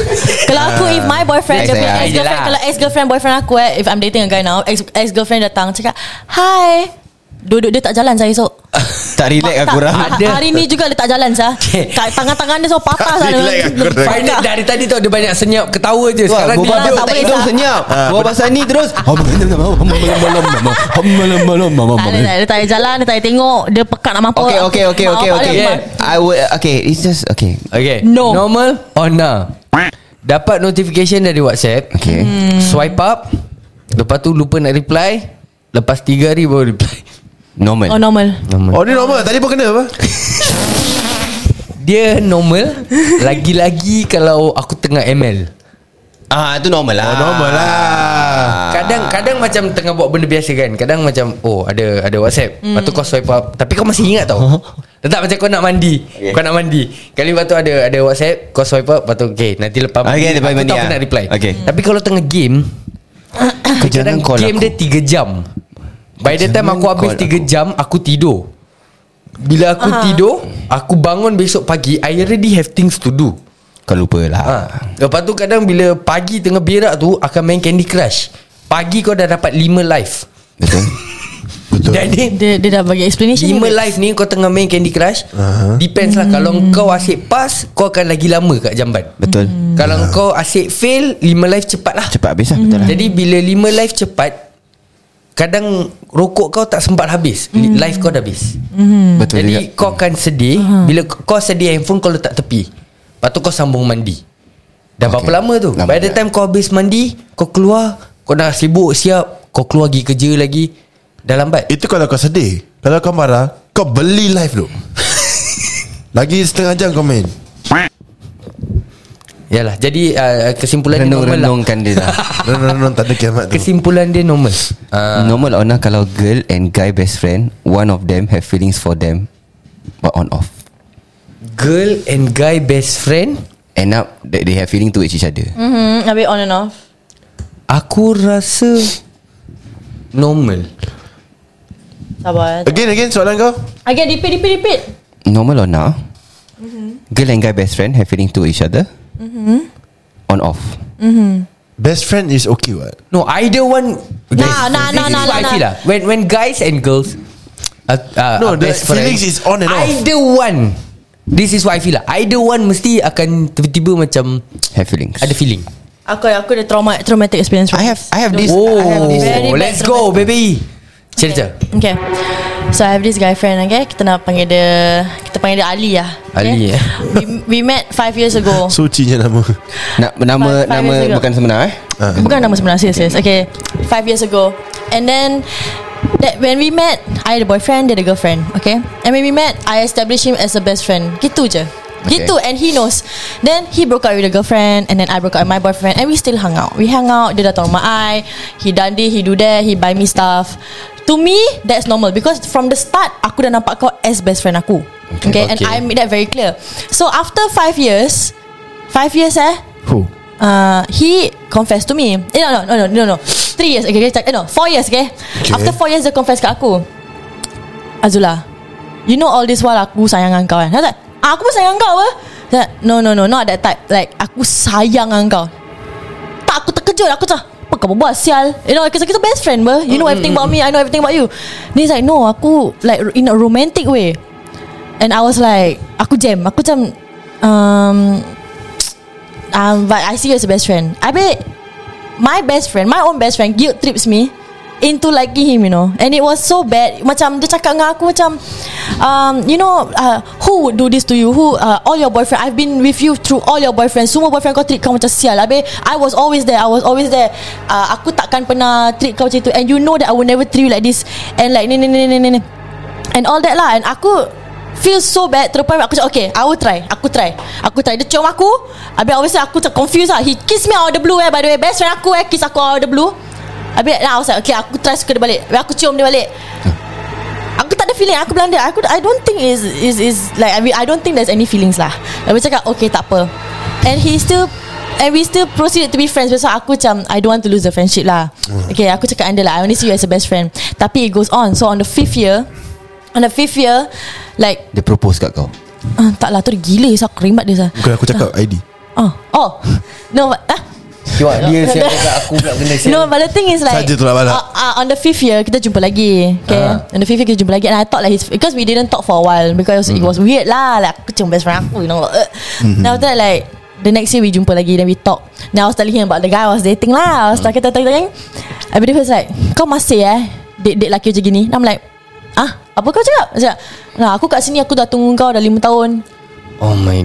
Speaker 4: Kalau aku If my boyfriend Dia
Speaker 5: Yes,
Speaker 4: punya
Speaker 5: yeah.
Speaker 4: ex-girlfriend
Speaker 3: Yelah.
Speaker 4: Kalau ex-girlfriend boyfriend aku eh If I'm dating a guy now ex- Ex-girlfriend datang Cakap Hi Duduk dia tak jalan saya esok
Speaker 5: Ah. Tak relax
Speaker 4: Tak,
Speaker 5: aku orang
Speaker 4: ha-
Speaker 3: Ada.
Speaker 4: Hari ni juga dia tak jalan
Speaker 5: (laughs)
Speaker 4: sah Kat Tangan-tangan dia semua patah
Speaker 2: Tak
Speaker 4: sah
Speaker 2: (laughs) relax aku orang.
Speaker 3: Final dari tadi tau Dia banyak senyap Ketawa je Sekarang dia
Speaker 5: Wah, gua
Speaker 4: tak
Speaker 5: tak
Speaker 4: boleh
Speaker 5: boleh terus
Speaker 4: tak.
Speaker 5: senyap.
Speaker 2: Ah,
Speaker 5: Gua pasal ni terus.
Speaker 4: Tak ada, tak ada, Dia tak ada jalan Dia tak ada tengok Dia pekat nak mampus
Speaker 5: Okay, okay, okay,
Speaker 4: Mak
Speaker 5: okay,
Speaker 4: bapak
Speaker 5: okay.
Speaker 4: dia
Speaker 3: Yeah.
Speaker 4: mak-
Speaker 5: I would okay. It's just okay.
Speaker 3: Okay
Speaker 4: No.
Speaker 3: Normal or nah Dapat notification dari WhatsApp
Speaker 5: Okay.
Speaker 3: Swipe up Lepas tu lupa nak reply Lepas 3 hari baru reply
Speaker 5: Normal.
Speaker 4: Oh normal
Speaker 5: normal.
Speaker 2: Oh ni normal Tadi pun kena apa
Speaker 3: Dia normal Lagi-lagi kalau aku tengah ML
Speaker 5: Ah, itu normal lah. Ah.
Speaker 2: Oh normal lah
Speaker 3: Kadang kadang macam tengah buat benda biasa kan Kadang macam Oh ada ada whatsapp mm. Lepas tu kau swipe up Tapi kau masih ingat tau Letak macam kau nak mandi okay. Kau nak mandi Kali lepas tu ada ada whatsapp Kau swipe up Lepas tu okay Nanti lepas
Speaker 5: Okay, lepas
Speaker 3: Aku
Speaker 5: mandi
Speaker 3: tahu aku
Speaker 5: ah.
Speaker 3: nak reply
Speaker 5: Okay.
Speaker 3: Tapi kalau tengah game
Speaker 5: Kau jangan
Speaker 3: Kadang
Speaker 5: call
Speaker 3: game
Speaker 5: aku.
Speaker 3: dia 3 jam By the time
Speaker 5: Jangan
Speaker 3: aku habis 3
Speaker 5: call aku.
Speaker 3: jam Aku tidur Bila aku tidur Aku bangun besok pagi I already have things to do
Speaker 5: Kau lupa lah.
Speaker 3: Ha. Lepas tu kadang bila pagi tengah berak tu akan main Candy Crush. Pagi kau dah dapat 5 live.
Speaker 5: Betul.
Speaker 2: Betul
Speaker 3: Dan ni
Speaker 4: dia, dia dah bagi
Speaker 3: 5
Speaker 4: explanation ni.
Speaker 3: live ni kau tengah main Candy Crush. Uh-huh. Depends lah kalau kau asyik pass kau akan lagi lama kat jamban.
Speaker 5: Betul.
Speaker 4: Hmm.
Speaker 3: Kalau kau asyik fail 5 live cepat lah.
Speaker 5: Cepat habis lah betul
Speaker 4: Hmm.
Speaker 5: lah.
Speaker 3: Jadi bila 5 live cepat kadang rokok kau tak sempat habis. Live kau dah habis.
Speaker 5: betul
Speaker 3: Jadi
Speaker 5: juga.
Speaker 3: kau akan sedih uh-huh. Bila k- kau sedih handphone kau letak tepi Lepas tu kau sambung mandi Dah okay.
Speaker 5: Okay.
Speaker 3: berapa lama tu
Speaker 5: Lama
Speaker 3: By the
Speaker 5: juga.
Speaker 3: time kau habis mandi Kau keluar Kau dah sibuk siap Kau keluar pergi kerja lagi Dah lambat
Speaker 2: Itu kalau kau sedih Kalau kau marah Kau beli live tu Lagi setengah jam kau main
Speaker 3: Yalah Jadi uh, kesimpulan dia normal lah
Speaker 5: Renung-renungkan dia lah.
Speaker 2: No no no, no Tak ada kiamat tu
Speaker 3: Kesimpulan dia normal uh,
Speaker 5: Normal or not kalau girl and guy best friend, one of them have feelings for them but on off.
Speaker 3: girl and guy best friend
Speaker 5: End up They they have feeling towards each other
Speaker 4: mm-hmm. Habis on and off
Speaker 3: Aku rasa Normal
Speaker 4: Sabar
Speaker 2: Again again soalan kau
Speaker 4: Again repeat repeat repeat Mm-hmm.
Speaker 5: Normal or not Girl and guy best friend Have feeling towards each other
Speaker 4: Mm-hmm.
Speaker 5: On off
Speaker 2: Best friend is okay what
Speaker 3: No either one
Speaker 4: Nah, nah, nah,
Speaker 3: This
Speaker 4: nah,
Speaker 3: is what I
Speaker 4: nah,
Speaker 3: feel
Speaker 4: nah.
Speaker 3: lah When, when guys and girls uh, uh, are
Speaker 2: No, the
Speaker 3: best friends,
Speaker 2: feelings is on and off.
Speaker 3: Either one This is what I feel lah Either one mesti akan Tiba-tiba macam
Speaker 5: Have feelings
Speaker 3: Ada feeling
Speaker 4: Aku aku ada trauma traumatic experience
Speaker 5: I have I have this
Speaker 3: Oh
Speaker 5: I have this
Speaker 4: Very bad
Speaker 3: Let's go baby Cerita
Speaker 4: Okay So I have this guy friend okay Kita nak panggil dia Kita panggil dia Ali lah
Speaker 3: Ali, eh.
Speaker 4: we, we met 5 years
Speaker 5: (laughs)
Speaker 4: ago
Speaker 2: Sucinya nama
Speaker 5: Na- Nama
Speaker 4: Five- five
Speaker 5: Nama
Speaker 4: years ago.
Speaker 5: bukan sebenar eh
Speaker 4: Bukan nama sebenar Serius serius Uh-huh. Okay Five years ago And then that When we met I had a boyfriend Dia ada girlfriend Okay And when we met I established him as a best friend Gitu je
Speaker 5: Okay.
Speaker 4: Gitu and he knows Then he broke up with the girlfriend And then I broke up with my boyfriend And we still hung out We hung out Dia datang rumah I He done this He do that He buy me stuff To me That's normal Because from the start Aku dah nampak kau As best friend aku Okay, okay. And
Speaker 5: Okay.
Speaker 4: I made that very clear So after five years Five years eh
Speaker 2: Who
Speaker 4: uh, he confessed to me. Eh, no, no, no, no, no, no. Three years, okay, okay, eh, no, four years, okay? okay. After four years, dia confess kat aku. Azula, you know all this while aku sayang dengan kau kan? Dia kata, "Ah, aku pun sayang kau apa? Dia kata, no, no, no, not that type. Like, aku sayang dengan kau. Tak, aku terkejut. Aku macam, apa kau buat sial? You know, kita, kita best friend ber. You know everything about me, I know everything about you. Then he's like, no, aku like in a romantic way. And I was like, aku jam. Aku macam, um, Um, but I see you as a best friend. I bet my best friend, my own best friend, guilt trips me into liking him, you know. And it was so bad. Macam dia cakap dengan aku macam, um, you know, uh, who would do this to you? Who uh, all your boyfriend? I've been with you through all your boyfriend. Semua boyfriend kau treat kau macam sial. Abe, I was always there. I was always there. Uh, aku takkan pernah treat kau macam itu. And you know that I will never treat you like this. And like ni ni ni ni ni. ni. And all that lah And aku Feel so bad To the point where Aku cakap okay I will try Aku try Aku try Dia cium aku Habis obviously aku macam confused lah He kiss me out of the blue eh By the way best friend aku eh Kiss aku out of the blue Habis nah, I was like Okay aku try suka dia balik Habis aku cium dia balik Aku tak ada feeling Aku bilang dia Aku I don't think is is is like I, mean, I don't think there's any feelings lah. Habis cakap okay tak apa. And he still And we still proceeded to be friends Sebab aku macam I don't want to lose the friendship lah Okay aku cakap dengan dia lah I only see you as a best friend Tapi it goes on So on the fifth year On the fifth year Like
Speaker 5: Dia propose kat kau
Speaker 4: ah, Tak lah tu dia gila So aku rembat dia sah
Speaker 2: Bukan aku cakap ID
Speaker 4: Oh Oh No but, ah,
Speaker 3: Siapa dia siapa kat aku pula kena sial.
Speaker 4: No but the thing is like
Speaker 2: Saja tolak balak.
Speaker 4: uh, uh, On the fifth year Kita jumpa lagi Okay
Speaker 5: Ah.
Speaker 4: On the fifth year kita jumpa lagi And I thought like his, Because we didn't talk for a while Because
Speaker 5: Mm-hmm.
Speaker 4: it was weird lah Like aku cuma best friend aku You know uh. Now after that like The next year we jumpa lagi Then we talk Then I was telling him About the guy I was dating lah I
Speaker 5: Mm.
Speaker 4: was talking talking talking Habis dia was like Kau masih eh Date-date lelaki macam gini And I'm like Ah apa kau cakap? Dia cakap Nah aku kat sini Aku dah tunggu kau dah 5 tahun
Speaker 3: Oh my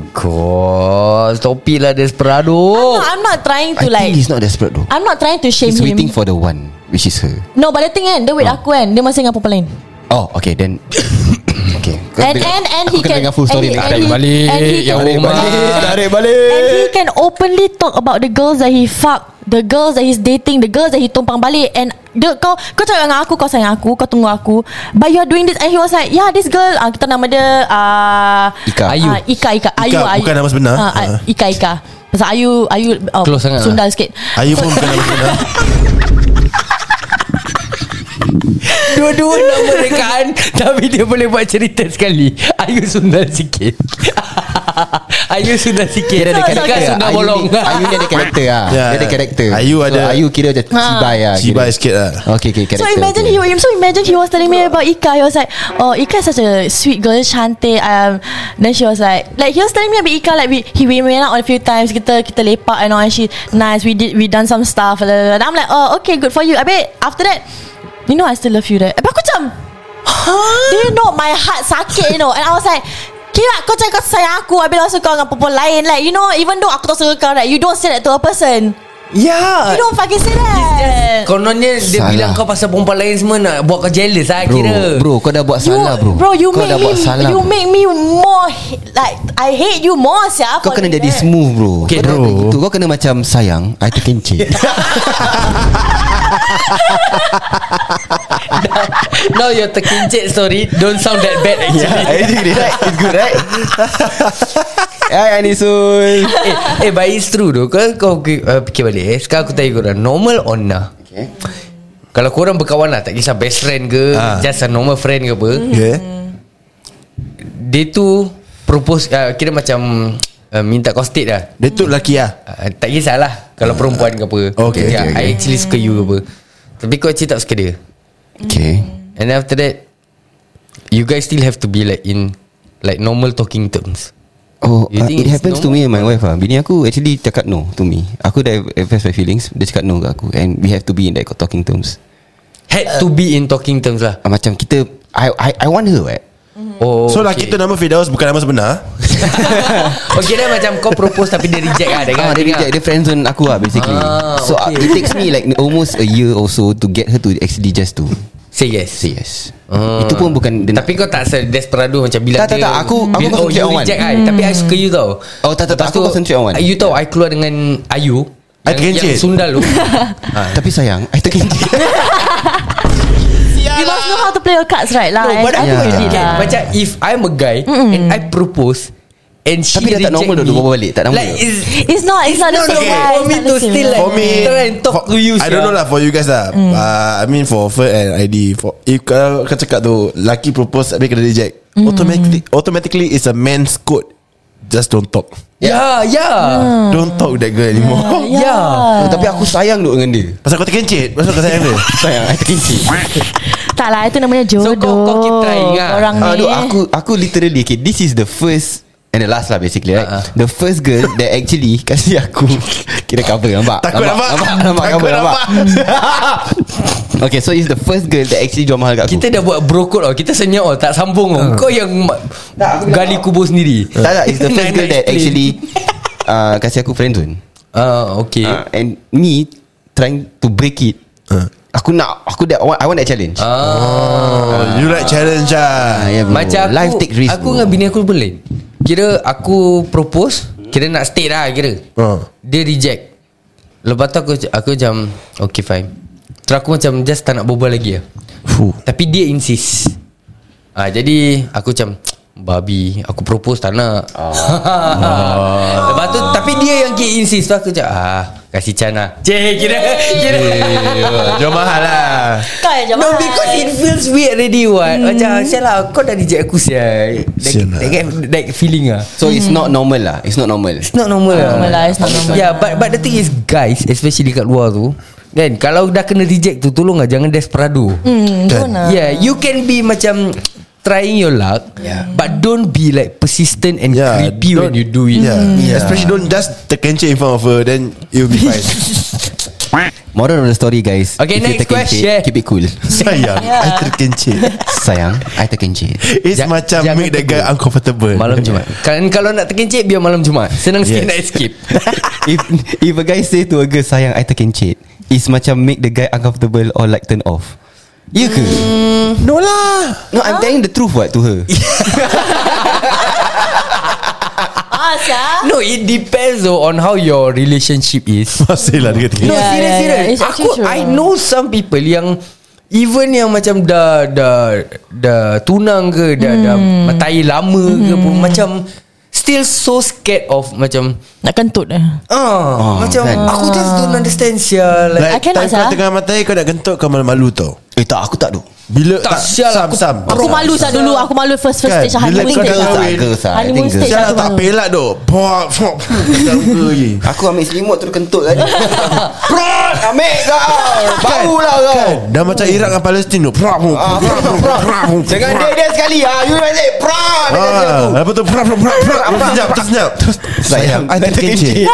Speaker 3: god Topi lah Desperado
Speaker 4: oh. no, I'm not trying to
Speaker 5: I
Speaker 4: like
Speaker 5: think he's not desperate though
Speaker 4: I'm not trying to shame
Speaker 5: He's
Speaker 4: him
Speaker 5: waiting for Ah. the one Which is her
Speaker 4: No but the thing kan Dia wait aku kan Dia masih dengan perempuan lain
Speaker 5: Oh okay then (coughs) Okay Kau
Speaker 4: And
Speaker 5: dengar-
Speaker 4: and and
Speaker 5: aku
Speaker 4: he
Speaker 5: kena
Speaker 4: can
Speaker 5: dengar full story
Speaker 4: and,
Speaker 5: next
Speaker 4: he-
Speaker 5: time
Speaker 4: and he-
Speaker 3: balik,
Speaker 4: and he
Speaker 3: ya
Speaker 4: can- (laughs)
Speaker 3: Allah.
Speaker 5: Tarik balik
Speaker 4: And he can openly talk about the girls that he fuck, the girls that he's dating, the girls that he tumpang balik. And dia, kau kau cakap dengan aku, kau sayang aku, kau tunggu aku. But you're doing this, and he was like, yeah, this girl, ah kita nama dia ah
Speaker 5: Ika.
Speaker 4: Ayu, ah, Ika, Ika, Ayu, Ayu.
Speaker 2: bukan nama sebenar.
Speaker 4: Ah, ah, Ika, Ika. Pasal Ayu, Ayu ah,
Speaker 3: Close sangat
Speaker 4: Sundal sikit.
Speaker 2: Ayu pun bukan nama sebenar
Speaker 3: Dua-dua nama rekaan (laughs) Tapi dia boleh buat cerita sekali Ayu sundal sikit (laughs) Ayu sundal sikit
Speaker 5: Dia ada
Speaker 4: So,
Speaker 5: karakter
Speaker 4: so,
Speaker 5: lah.
Speaker 3: sundal
Speaker 5: Ayu
Speaker 3: bolong
Speaker 5: ni- Ayu ni ada karakter lah
Speaker 2: Ya,
Speaker 5: Dia ada
Speaker 2: ya.
Speaker 5: karakter
Speaker 2: Ayu
Speaker 5: So,
Speaker 2: ada-
Speaker 5: Ayu kira macam cibai lah kira.
Speaker 2: Cibai sikit lah
Speaker 5: Okay okay
Speaker 4: So
Speaker 5: karakter
Speaker 4: imagine he,
Speaker 5: okay.
Speaker 4: so imagine he was telling me about Ika. He was like, "Oh, Ika is such a sweet girl, cantik." Um, then she was like, like he was telling me about Ika. Like we, he we went out a few times. Kita kita lepak and all. And she nice. We did we done some stuff. Blah, blah, blah. And I'm like, oh okay, good for you. Abis after that, you know I still love you, right? Abis aku macam, huh? do you know my heart sakit, you know? And I was like. Kira kau cakap kau sayang aku Habis lepas tu kau dengan perempuan lain Like you know Even though aku tak suka kau right You don't say that to a person
Speaker 3: (laughs) Ya
Speaker 4: You don't fucking say that
Speaker 3: Kononnya dia
Speaker 5: Salah.
Speaker 3: bilang kau pasal perempuan lain semua Nak buat kau jealous lah
Speaker 5: Bro,
Speaker 3: kira
Speaker 5: bro kau dah buat salah bro
Speaker 4: Bro you
Speaker 5: Kau dah
Speaker 4: make me
Speaker 5: buat salah
Speaker 4: You
Speaker 5: bro.
Speaker 4: make me more h- Like I hate you more sia
Speaker 5: Kau
Speaker 4: for
Speaker 5: kena
Speaker 4: doing
Speaker 5: jadi
Speaker 4: that.
Speaker 5: smooth bro
Speaker 3: Okay,
Speaker 5: Kau dah
Speaker 3: bro.
Speaker 5: kayak gitu. Kau kena macam sayang I terkencing
Speaker 3: Now your terkincit story Don't sound that bad actually
Speaker 5: (laughs) Yeah, it's good, right? Ah, It's good, right? Hai Anisul.
Speaker 3: (laughs) eh, eh but it's true tu Kau, kau uh, fikir balik eh. Sekarang aku tanya korang Normal or nah
Speaker 5: Okay.
Speaker 3: Kalau korang berkawan lah Tak kisah best friend ke
Speaker 2: Ah. Mm-hmm.
Speaker 3: Just a normal friend ke apa
Speaker 2: Yeah
Speaker 3: Dia tu Propose uh, Kira macam uh, Minta kau state lah
Speaker 2: Dia tu lelaki lah
Speaker 3: uh, Tak kisahlah Kalau perempuan ke apa
Speaker 2: Ah.
Speaker 3: Dia
Speaker 2: Okay,
Speaker 3: cakap,
Speaker 2: okay, okay.
Speaker 3: I actually suka you ke apa Tapi kau actually tak suka dia
Speaker 5: Okay.
Speaker 3: And after that You guys still have to be like in Like normal talking terms
Speaker 5: Oh,
Speaker 3: You
Speaker 5: uh,
Speaker 3: think
Speaker 5: it
Speaker 3: it's
Speaker 5: happens to me and my wife ah. Bini aku actually cakap no to me. Aku dah express my feelings, dia cakap no kat aku and we have to be in that talking terms.
Speaker 3: Had to be in talking terms lah
Speaker 5: Ah, macam kita I I I want her eh. right?
Speaker 3: Oh
Speaker 2: Mm-hmm. So lelaki tu nama Firdaus Bukan nama sebenar
Speaker 3: Okay dah macam kau propose Tapi dia reject lah Dengar
Speaker 5: Ah, dia
Speaker 3: dengar.
Speaker 5: reject Dia friendzone aku lah basically
Speaker 3: Ah,
Speaker 5: So
Speaker 3: okay.
Speaker 5: okay. it takes me like Almost a year or so To get her to actually just to
Speaker 3: Say yes
Speaker 5: Say yes
Speaker 3: Ah.
Speaker 5: Itu pun bukan dia nak-
Speaker 3: Tapi kau tak Desperado macam bila
Speaker 5: Tak, tak,
Speaker 3: dia-
Speaker 5: tak. Aku- aku
Speaker 3: bila, Oh
Speaker 5: concentrate
Speaker 3: you
Speaker 5: on one.
Speaker 3: reject I Tapi I suka you tau
Speaker 5: Oh, tak, tak, tak.
Speaker 3: Lepas
Speaker 5: Aku
Speaker 3: tu,
Speaker 5: concentrate on one.
Speaker 3: You tahu I keluar dengan Ayu
Speaker 2: I
Speaker 3: yang,
Speaker 2: terkencit.
Speaker 3: yang sundal tu
Speaker 5: Ah, Tapi sayang I terkencing
Speaker 4: You must know how to play your cards right lah
Speaker 3: No,
Speaker 4: eh.
Speaker 3: but
Speaker 5: Yeah.
Speaker 3: aku really
Speaker 5: Okay,
Speaker 3: lah.
Speaker 4: lah.
Speaker 3: Macam if I'm a guy mm and I propose and she
Speaker 5: Tapi dah tak
Speaker 3: reject
Speaker 5: normal dah,
Speaker 3: me,
Speaker 5: dia berbual balik, tak normal.
Speaker 3: Like it's
Speaker 4: It's not It's not the
Speaker 3: No, no,
Speaker 4: same
Speaker 3: okay.
Speaker 4: lah,
Speaker 3: For
Speaker 4: it's
Speaker 3: me
Speaker 4: not the
Speaker 3: to
Speaker 4: same
Speaker 3: still
Speaker 4: lah.
Speaker 2: For me
Speaker 3: Try and talk
Speaker 2: for,
Speaker 3: to you, Mm.
Speaker 2: I don't
Speaker 3: sia.
Speaker 2: know lah For you guys lah uh, I mean for Fir and ID for, If kalau kau cakap tu Lelaki propose Tapi kena reject
Speaker 3: Mm.
Speaker 2: Automatically Automatically It's a man's code Just don't talk
Speaker 3: Yeah yeah
Speaker 2: Don't talk that girl anymore
Speaker 3: Yeah
Speaker 5: Tapi aku sayang duk dengan dia
Speaker 2: (laughs) Pasal kau terkencit Pasal kau sayang dia
Speaker 5: Sayang I terkencing
Speaker 4: Tak lah Itu namanya
Speaker 3: kau-
Speaker 4: jodoh
Speaker 3: kau keep trying lah.
Speaker 4: Orang ni
Speaker 5: Aduh Ah, aku Aku literally okay, This is the first And the last lah basically right?
Speaker 3: Ah, ah.
Speaker 5: uh-huh. The first girl That actually Kasih aku (laughs) Kira cover nampak
Speaker 2: Takut nampak?
Speaker 5: Nampak, nampak
Speaker 2: Takut
Speaker 5: cover nampak, (laughs) Okay so it's the first girl That actually jual mahal kat aku
Speaker 3: Kita dah buat bro code tau Kita senyap tau Tak sambung tau Kau yang ma- Gali kubur sendiri
Speaker 5: Hmm. Tak tak It's the
Speaker 3: (laughs)
Speaker 5: first
Speaker 3: Nak-
Speaker 5: girl
Speaker 3: nak
Speaker 5: that
Speaker 3: explain.
Speaker 5: actually uh, Kasih aku friendzone
Speaker 3: Ah okay
Speaker 5: uh, And me Trying to break it
Speaker 2: Ah.
Speaker 5: Aku nak Aku that, I want- I want that challenge
Speaker 3: Ah.
Speaker 5: uh,
Speaker 2: Oh, You like challenge lah
Speaker 5: yeah, bro.
Speaker 3: Macam aku
Speaker 5: Life take risk
Speaker 3: Aku
Speaker 5: bro.
Speaker 3: dengan bini aku berlain Kira aku propose Kira nak stay lah kira
Speaker 2: Ah.
Speaker 3: Dia reject Lepas tu aku, aku macam Okay fine Terus aku macam Just tak nak berbual lagi lah
Speaker 2: Fuh.
Speaker 3: Tapi dia insist ah, Jadi Aku macam Babi Aku propose tak nak (laughs) Lepas tu Tapi dia yang keep insist tu Aku macam ah, Kasih can lah Cik kira (laughs) Kira
Speaker 2: Jual mahal lah
Speaker 4: Kau yang jawab
Speaker 3: No because it feels weird already what hmm. Macam Sial lah Kau dah reject aku sial That,
Speaker 2: Sial lah.
Speaker 3: that, that, that feeling ah
Speaker 5: So it's not normal lah It's not normal
Speaker 3: It's not normal lah
Speaker 4: normal lah, it's not normal
Speaker 3: Yeah
Speaker 4: lah.
Speaker 3: but, but the thing is Guys Especially kat luar tu Kan Kalau dah kena reject tu Tolong lah Jangan desperado
Speaker 4: Hmm,
Speaker 2: Kan?
Speaker 4: kau nak.
Speaker 3: Yeah You can be macam Trying your luck yeah. But don't be like Persistent and yeah, creepy When
Speaker 2: don't-
Speaker 3: you do it
Speaker 2: yeah. Especially don't just Terkencit in front of her Then you'll be
Speaker 3: (laughs)
Speaker 2: fine (laughs)
Speaker 5: Moral of the story guys
Speaker 3: Okay,
Speaker 5: if you
Speaker 3: next
Speaker 5: terkencit,
Speaker 3: question.
Speaker 5: Keep it cool
Speaker 2: Sayang I terkencit
Speaker 5: Sayang I
Speaker 3: (laughs)
Speaker 5: terkencit
Speaker 2: It's
Speaker 3: Ja-
Speaker 2: macam
Speaker 3: jangan
Speaker 2: Make that guy
Speaker 3: tegur.
Speaker 2: uncomfortable
Speaker 3: Malam Jumat
Speaker 2: (laughs)
Speaker 3: Kan kalau nak terkencit Biar malam Jumat Senang sikit
Speaker 2: Yes.
Speaker 3: nak escape (laughs)
Speaker 5: if if a guy say to a girl sayang I terkencit is macam make the guy uncomfortable or like turn off. Ya ke?
Speaker 3: Hmm,
Speaker 2: No lah
Speaker 5: No, I'm telling the truth what to
Speaker 3: (laughs)
Speaker 5: her.
Speaker 4: Ah sia
Speaker 3: No it depends though On how your relationship is
Speaker 2: Masih lah
Speaker 3: No
Speaker 2: dia kata
Speaker 3: yeah,
Speaker 4: Yeah,
Speaker 3: serious
Speaker 4: yeah,
Speaker 3: serious.
Speaker 4: yeah. It's
Speaker 3: Aku
Speaker 4: actually true.
Speaker 3: I know some people yang even yang macam dah dah dah tunang ke dah dah
Speaker 4: Hmm.
Speaker 3: matai lama ke pun macam still so scared of macam
Speaker 4: Nak kentut eh
Speaker 3: ah macam
Speaker 5: kan.
Speaker 3: aku
Speaker 4: Ah.
Speaker 3: just don't understand sia like,
Speaker 4: I cannot,
Speaker 2: Time kau
Speaker 4: Zah.
Speaker 2: tengah matai Kau nak kentut Kau malu-malu tau
Speaker 5: eh tak aku tak tu.
Speaker 2: Bila
Speaker 3: Tak,
Speaker 2: tak,
Speaker 3: sial
Speaker 2: Sam, lah,
Speaker 3: aku-
Speaker 2: Sam.
Speaker 4: Aku malu sah dulu Aku malu first first
Speaker 2: Oh, Kan,
Speaker 4: stage
Speaker 2: bila
Speaker 4: Honeymoon
Speaker 2: kau
Speaker 4: stage
Speaker 2: dah
Speaker 4: lah.
Speaker 2: kahwin,
Speaker 5: girls lah, I
Speaker 4: Honeymoon
Speaker 5: think girls.
Speaker 4: stage
Speaker 2: Sial
Speaker 4: aku
Speaker 2: lah tak
Speaker 4: malu.
Speaker 2: pelak tu Pop Pop Kau lagi
Speaker 5: Aku ambil selimut tu dia kentut
Speaker 3: (laughs)
Speaker 5: tadi. Prot! Ambil kau.
Speaker 3: Kan?
Speaker 5: Bau lah kau.
Speaker 2: Dah macam Iraq dengan Palestin tu Prap
Speaker 5: Ah, prot, prot, prot. Dengan dia dia sekali ah. You right there. Prot. Dia kata tu.
Speaker 2: Ah, lepas tu prap prap prap prap
Speaker 5: Prap,
Speaker 2: senyap
Speaker 5: prap.
Speaker 2: terus senyap terus sayang I terkencit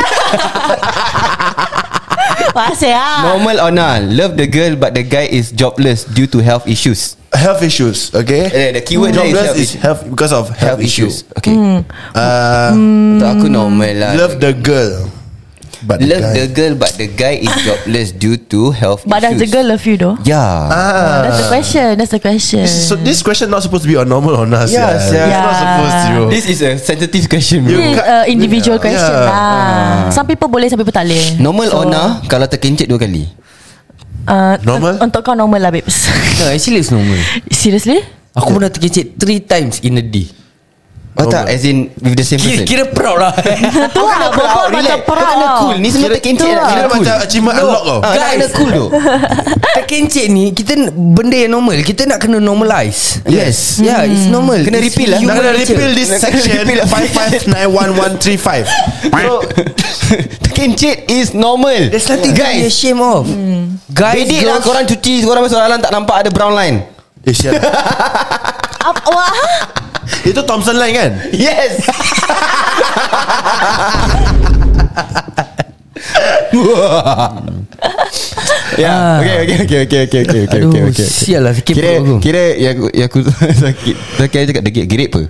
Speaker 4: Masih ah
Speaker 5: Normal or not Love the girl But the guy is jobless Due to health issues
Speaker 2: health issues okay
Speaker 5: Eh, The keyword there
Speaker 2: jobless
Speaker 5: is
Speaker 2: is health because of
Speaker 5: Health
Speaker 2: health
Speaker 5: issues
Speaker 2: issues
Speaker 5: Okay
Speaker 4: Hmm.
Speaker 2: Ah,
Speaker 5: Untuk aku normal lah
Speaker 2: love the girl but the
Speaker 5: Love
Speaker 2: guy
Speaker 5: the girl But the guy is jobless Due to health
Speaker 4: But does
Speaker 5: issues Ya.
Speaker 4: the girl love you though?
Speaker 5: Yeah
Speaker 2: ah
Speaker 4: That's the question That's the question
Speaker 2: so this question not supposed to be on normal on us
Speaker 5: Yeah,
Speaker 2: yeah,
Speaker 5: sia.
Speaker 2: it's not
Speaker 4: Yeah.
Speaker 2: supposed to
Speaker 5: This is a sensitive question bro
Speaker 2: You
Speaker 4: Ini
Speaker 2: cut-
Speaker 4: uh, individual
Speaker 2: Yeah.
Speaker 4: question
Speaker 2: Yeah.
Speaker 4: lah Some people boleh Some people tak boleh
Speaker 5: Normal so, or nah Kalau terkincit dua kali
Speaker 4: uh,
Speaker 2: Normal?
Speaker 4: un- Untuk kau normal lah babes (laughs)
Speaker 3: No actually it's normal
Speaker 4: Seriously?
Speaker 3: Aku pernah terkecek Three times in a day
Speaker 5: Oh tak As in With the same
Speaker 3: Kira,
Speaker 5: person
Speaker 3: kira proud (laughs)
Speaker 5: (laughs)
Speaker 3: lah
Speaker 4: Tu lah Perempuan macam
Speaker 5: Kau
Speaker 4: perak lah.
Speaker 5: kena
Speaker 4: tau
Speaker 5: cool Ni semua terkencit
Speaker 4: tu
Speaker 5: lah
Speaker 4: lah.
Speaker 5: Kira
Speaker 2: Kira
Speaker 5: cool
Speaker 2: macam achievement unlock kau
Speaker 5: Ah, nak
Speaker 3: Guys.
Speaker 5: kena cool tu
Speaker 3: Terkencit ni Kita n- benda yang normal Kita nak kena normalize
Speaker 5: Yes.
Speaker 3: Yeah it's
Speaker 4: Hmm.
Speaker 3: normal
Speaker 5: Kena
Speaker 3: It's
Speaker 5: repeal lah.
Speaker 3: human
Speaker 2: Nak kena
Speaker 3: nature.
Speaker 2: repeal this
Speaker 5: Nak kena
Speaker 2: section
Speaker 5: repeal lah.
Speaker 2: 5591135
Speaker 5: So Terkencit is normal
Speaker 3: There's nothing to be
Speaker 5: Guys
Speaker 3: ashamed of
Speaker 4: Hmm.
Speaker 3: Guys
Speaker 5: Bedek
Speaker 3: girls
Speaker 5: lah korang cuci Korang masuk dalam Tak nampak ada brown line
Speaker 2: (laughs) Eh siap
Speaker 4: Ap- Wah
Speaker 2: Itu Thompson line kan
Speaker 5: Yes Ya, okay, okay, okay, okay, okay, okay, okay,
Speaker 3: Aduh,
Speaker 5: okay, okay.
Speaker 3: sial lah, sakit
Speaker 5: Kira,
Speaker 3: perut aku.
Speaker 5: kira yang aku, yang aku (laughs) sakit. Tak kira cakap degil, gerik apa?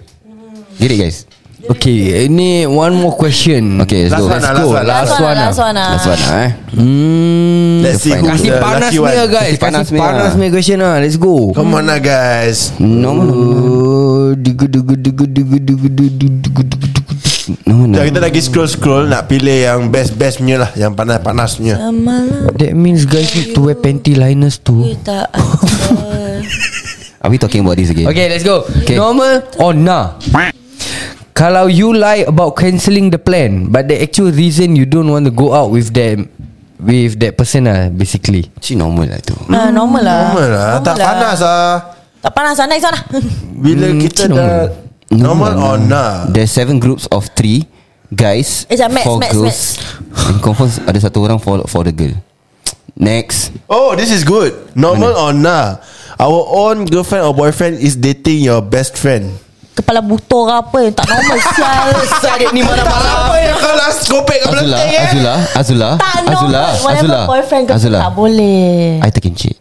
Speaker 5: Gerik guys.
Speaker 3: Okay Ini one more question
Speaker 5: Okay, let's
Speaker 2: Last
Speaker 5: go.
Speaker 2: one
Speaker 5: Let's
Speaker 2: lah,
Speaker 5: go.
Speaker 2: last one lah.
Speaker 4: Last one lah, last one lah.
Speaker 5: Last one lah, eh.
Speaker 3: Hmm
Speaker 2: Let's see who
Speaker 3: Kasih
Speaker 2: the
Speaker 3: panas
Speaker 2: lucky
Speaker 3: punya
Speaker 2: one
Speaker 3: guys
Speaker 5: Kasih panas
Speaker 3: Kasih
Speaker 5: punya.
Speaker 3: panas punya question lah Let's go
Speaker 2: Come on lah guys
Speaker 5: Normal.
Speaker 3: Oh, dugu, dugu, dugu, dugu, dugu, dugu, dugu, dugu, dugu.
Speaker 5: No, no.
Speaker 2: Jom kita lagi scroll-scroll Nak pilih yang best-best punya lah Yang panas-panas punya
Speaker 4: Malam
Speaker 3: That means guys need to wear panty liners too
Speaker 4: tak
Speaker 5: Are we talking about this again?
Speaker 3: Okay let's go
Speaker 5: Okay.
Speaker 3: Normal or nah Kalau you lie about cancelling the plan But the actual reason you don't want to go out with them With that person lah basically
Speaker 5: Actually normal lah tu.
Speaker 4: Ah, Normal lah
Speaker 2: Normal lah Tak panas lah
Speaker 4: Tak panas lah Next one lah
Speaker 2: Bila
Speaker 5: Hmm,
Speaker 2: kita
Speaker 3: normal.
Speaker 2: dah Normal lah. or nah
Speaker 5: lah. There's seven groups of three guys,
Speaker 4: Eh, jap, Max,
Speaker 5: four
Speaker 4: Max,
Speaker 5: girls. And confirm ada satu orang for for the girl. Next.
Speaker 2: Oh this is good Normal or nah Our own girlfriend or boyfriend Is dating your best friend
Speaker 4: Kepala buto ke apa Yang tak normal Sial
Speaker 5: (laughs) Sakit ni
Speaker 2: Apa yang kau last Kopek kau
Speaker 5: Azula,
Speaker 2: belantik eh
Speaker 5: Azula, Azula,
Speaker 4: Tak
Speaker 5: Azula,
Speaker 4: normal Whatever
Speaker 5: Azula,
Speaker 4: boyfriend ke
Speaker 5: Azula.
Speaker 4: Tak boleh
Speaker 5: I terkencit.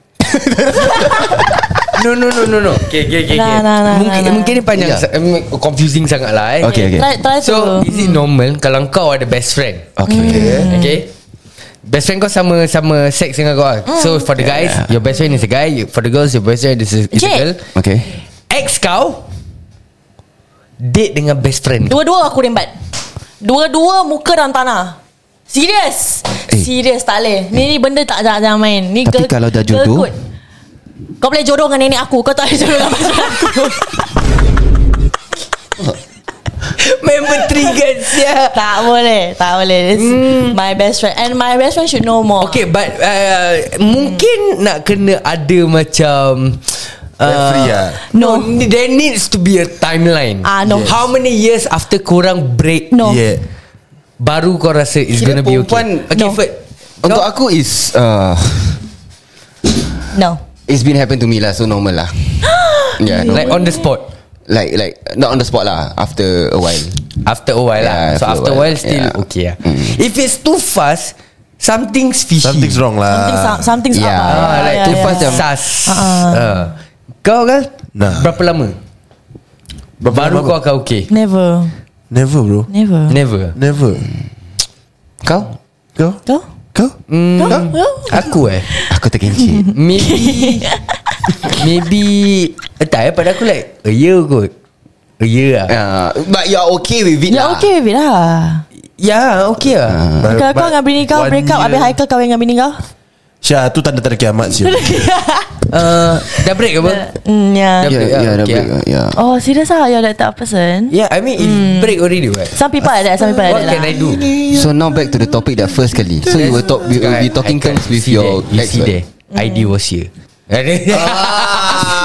Speaker 3: No no no no no Ya. Okay okay okay,
Speaker 4: Nah, nah, nah,
Speaker 3: Mungkin,
Speaker 4: nah, nah.
Speaker 3: mungkin ni panjang
Speaker 5: Yeah.
Speaker 3: yeah. Confusing sangat lah eh
Speaker 5: Okay, okay.
Speaker 4: Try, try
Speaker 3: So
Speaker 4: tu
Speaker 3: is it normal Kalau kau ada best friend
Speaker 5: Okay.
Speaker 4: Hmm.
Speaker 3: Okay Best friend kau sama Sama sex dengan kau
Speaker 4: Hmm.
Speaker 3: mm. So for the guys yeah. Your best friend is a guy you- For the girls Your best friend is a, is a
Speaker 4: Jake.
Speaker 3: girl
Speaker 5: Okay.
Speaker 3: Ex kau Date dengan best
Speaker 4: (laughs)
Speaker 3: friend
Speaker 4: Dua-dua aku rembat Dua-dua muka dalam tanah Serius
Speaker 5: Eh.
Speaker 4: eh. Serius tak boleh Ni, ni benda tak jangan, jangan main ni
Speaker 5: Tapi kalau dah
Speaker 4: girl
Speaker 5: jodoh-
Speaker 4: code. Kau boleh jodoh dengan nenek aku Kau tak boleh jodoh dengan pasal aku
Speaker 3: Member triggered siap
Speaker 4: Tak boleh Tak boleh It's My best friend And my best friend should know more
Speaker 3: Okay but uh, Mungkin nak kena ada macam uh,
Speaker 2: Referee lah.
Speaker 3: No, no There needs to be a timeline
Speaker 4: Ah, no. Yes.
Speaker 3: How many years After korang break
Speaker 4: No
Speaker 2: Yeah
Speaker 3: Baru kau rasa It's
Speaker 5: Kira
Speaker 3: gonna be okay
Speaker 5: perempuan-
Speaker 3: Okay
Speaker 4: No.
Speaker 3: first-
Speaker 5: Untuk aku is uh,
Speaker 4: No
Speaker 5: it's been happen to me lah, so normal lah. yeah, normal.
Speaker 3: Like on the spot
Speaker 5: like like not on the spot lah after a while.
Speaker 3: After a while
Speaker 5: Yeah,
Speaker 3: yeah, lah So after a while, Still
Speaker 5: yeah.
Speaker 3: okay lah
Speaker 5: Mm.
Speaker 3: If it's too fast Something's fishy
Speaker 2: Something's wrong
Speaker 4: Something,
Speaker 2: lah
Speaker 4: so- Something's
Speaker 5: Yeah.
Speaker 4: up
Speaker 3: ah, Like too fast
Speaker 4: yeah. Uh-uh.
Speaker 3: yeah. Sas uh. Kau kan
Speaker 2: Nah.
Speaker 3: Berapa lama
Speaker 2: Berapa
Speaker 3: Baru
Speaker 2: lama
Speaker 3: kau akan okay
Speaker 4: Never
Speaker 2: Never bro
Speaker 4: Never
Speaker 3: Never
Speaker 2: Never
Speaker 3: Kau
Speaker 2: Kau
Speaker 4: Kau
Speaker 2: Kau
Speaker 4: Kau
Speaker 3: Aku eh
Speaker 5: Aku terkencit.
Speaker 3: Maybe (laughs) Maybe eh, Tak eh pada aku like A year kot A year lah
Speaker 5: Uh, but you're okay with it
Speaker 4: You
Speaker 5: lah.
Speaker 4: Ya, okay with it lah
Speaker 3: Ya yeah, okay lah
Speaker 2: But-
Speaker 4: Kalau (laughs) kau
Speaker 2: Uh, but
Speaker 4: dengan bini kau
Speaker 2: one
Speaker 4: Break up
Speaker 2: year-
Speaker 4: Habis Haikal kahwin dengan bini kau
Speaker 2: Syah tu tanda-tanda kiamat siul
Speaker 3: uh, Dah break apa
Speaker 4: (laughs) mm, yeah.
Speaker 3: Dah
Speaker 5: Yeah,
Speaker 3: break lah,
Speaker 5: yeah, dah
Speaker 3: okay
Speaker 5: break.
Speaker 3: lah.
Speaker 5: lah, Yeah.
Speaker 4: Oh serious lah You're that type of person
Speaker 3: Yeah I mean if Break already what
Speaker 4: Some people like that Some people like
Speaker 3: What can
Speaker 4: that
Speaker 3: I
Speaker 4: lah
Speaker 3: do
Speaker 5: So now back to the topic that first kali. So you were talk, you will be talking
Speaker 3: Haikal,
Speaker 5: terms
Speaker 3: you
Speaker 5: with
Speaker 3: see
Speaker 5: your
Speaker 3: there, You
Speaker 5: ex. Ah.
Speaker 3: see there ID was here (laughs)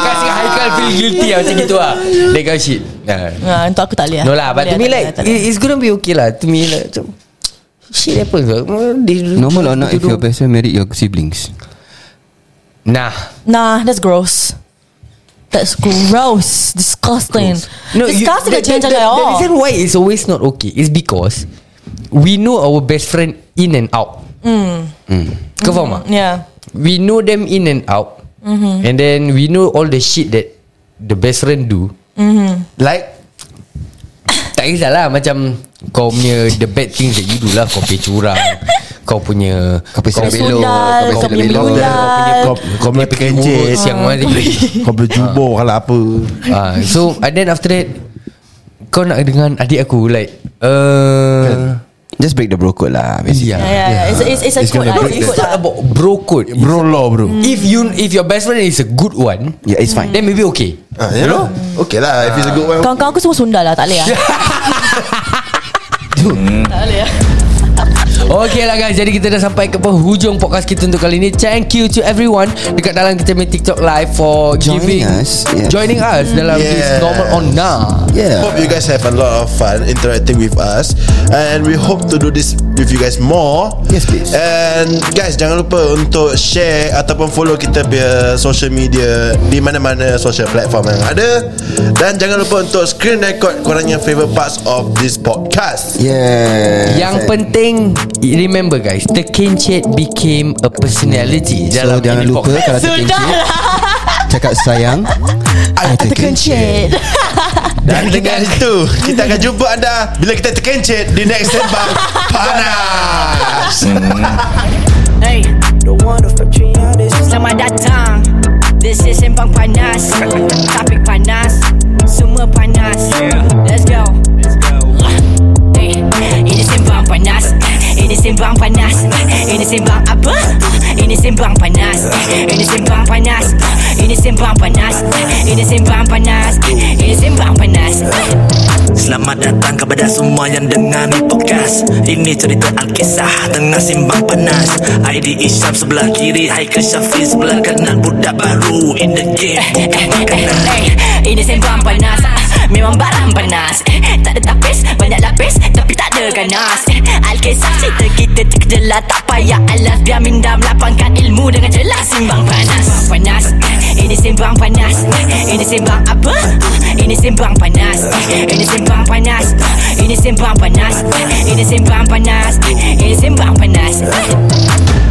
Speaker 3: Kasih Haikal feel guilty lah Macam gitu lah That kind of shit Ah.
Speaker 4: Ah, Untuk aku tak boleh
Speaker 3: No lah But to
Speaker 4: Tak
Speaker 3: me
Speaker 4: boleh,
Speaker 3: like
Speaker 4: tak boleh, tak
Speaker 3: it- It's gonna be okay lah To me like macam, Shit happens lah
Speaker 5: Normal or not if your
Speaker 3: best
Speaker 5: best friend married your siblings?
Speaker 3: Nah
Speaker 4: boleh. Nah that's gross That's gross Disgusting Disgusting
Speaker 3: the,
Speaker 4: kat
Speaker 3: the,
Speaker 4: jangan
Speaker 3: the,
Speaker 4: cakap
Speaker 3: the
Speaker 4: oh.
Speaker 3: reason why it's always not okay Is because We know our best friend In and out mm. Kau faham tak?
Speaker 4: Yeah
Speaker 3: we know them in and out mm-hmm. and then we know all the shit that the best friend do Mm-hmm.
Speaker 2: Like
Speaker 3: (coughs) tak kisahlah macam kau punya the bad things that you do lah kau punya (laughs) curang kau punya
Speaker 5: Kau punya
Speaker 4: Kau
Speaker 5: Kau belok,
Speaker 4: sundal
Speaker 5: kau
Speaker 4: Kau
Speaker 5: beli
Speaker 4: punya
Speaker 5: belok.
Speaker 4: melulat
Speaker 2: Kau kau punya
Speaker 3: urus
Speaker 2: terkencit
Speaker 4: Oh.
Speaker 3: yang mana
Speaker 2: (laughs) Kau boleh jubur kalau
Speaker 3: (laughs)
Speaker 2: apa
Speaker 3: Ah, so and then after that kau nak dengan adik aku like uh,
Speaker 5: Just break the bro code lah basically.
Speaker 4: Yeah, yeah, yeah. It's, a- it's, it's a
Speaker 2: It's
Speaker 4: code
Speaker 2: gonna
Speaker 4: lah It's a
Speaker 2: break the-
Speaker 4: code
Speaker 3: It's
Speaker 4: ya. lah
Speaker 3: not about bro code
Speaker 2: Bro law bro
Speaker 4: Hmm.
Speaker 3: If you If your best friend is a good one
Speaker 5: Yeah, it's fine.
Speaker 3: Then maybe okay
Speaker 2: Ah, you know? Okay lah If it's a good one
Speaker 4: Kawan-kawan aku semua sunda lah Tak boleh lah Tak boleh lah
Speaker 3: Okay lah guys Jadi kita dah sampai ke penghujung podcast kita untuk kali ni Thank you to everyone Dekat dalam kita punya TikTok live For giving
Speaker 5: Joining us, yeah.
Speaker 3: Joining us Dalam
Speaker 2: Yeah.
Speaker 3: this normal on now
Speaker 5: Yeah.
Speaker 2: Hope you guys have a lot of fun interacting with us and we hope to do this with you guys more.
Speaker 5: Yes, please.
Speaker 2: And guys jangan lupa untuk share ataupun follow kita via social media di mana-mana social platform yang ada dan jangan lupa untuk screen record korangnya favorite parts of this podcast.
Speaker 5: Yeah.
Speaker 3: Yang penting Remember guys The Kincit became a personality
Speaker 5: So
Speaker 3: dalam
Speaker 5: jangan
Speaker 3: ini
Speaker 5: lupa
Speaker 3: podcast.
Speaker 5: Kalau
Speaker 4: Sudah
Speaker 5: terkencit
Speaker 4: lah
Speaker 5: Cakap sayang I
Speaker 4: Terkencit
Speaker 2: Dan dengan itu kita akan jumpa anda bila kita terkencit di next sembang panas.
Speaker 1: Hey, Selamat datang This is Sembang Panas Topik panas Semua panas Let's go Hey, Ini Sembang Panas Ini Sembang Panas Ini Sembang apa? Ini Sembang Panas Ini Sembang Panas Ini Sembang Panas Ini Sembang Panas Ini Sembang Panas
Speaker 6: Selamat datang kepada semua yang dengar ni podcast Ini cerita Alkisah tengah simbang panas ID Isyam sebelah kiri Haikal Syafi sebelah kanan Budak baru in the game
Speaker 1: Eh, eh,
Speaker 6: bukan
Speaker 1: eh,
Speaker 6: makanan
Speaker 1: eh, Ini sembang panas Ah, Memang barang panas Eh, Tak ada tapis Banyak lapis Tapi tak ada ganas Eh, Alkisah cerita kita terkejelah Tak payah alas Biar mindam lapangkan ilmu Dengan jelas Simbang panas Sembang panas Eh, Ini sembang panas Eh, Ini sembang apa? Ah, Ini sembang panas Eh, Ini sembang panas Ah, Ini sembang panas Eh, Ini sembang panas Eh, Ini sembang panas Eh,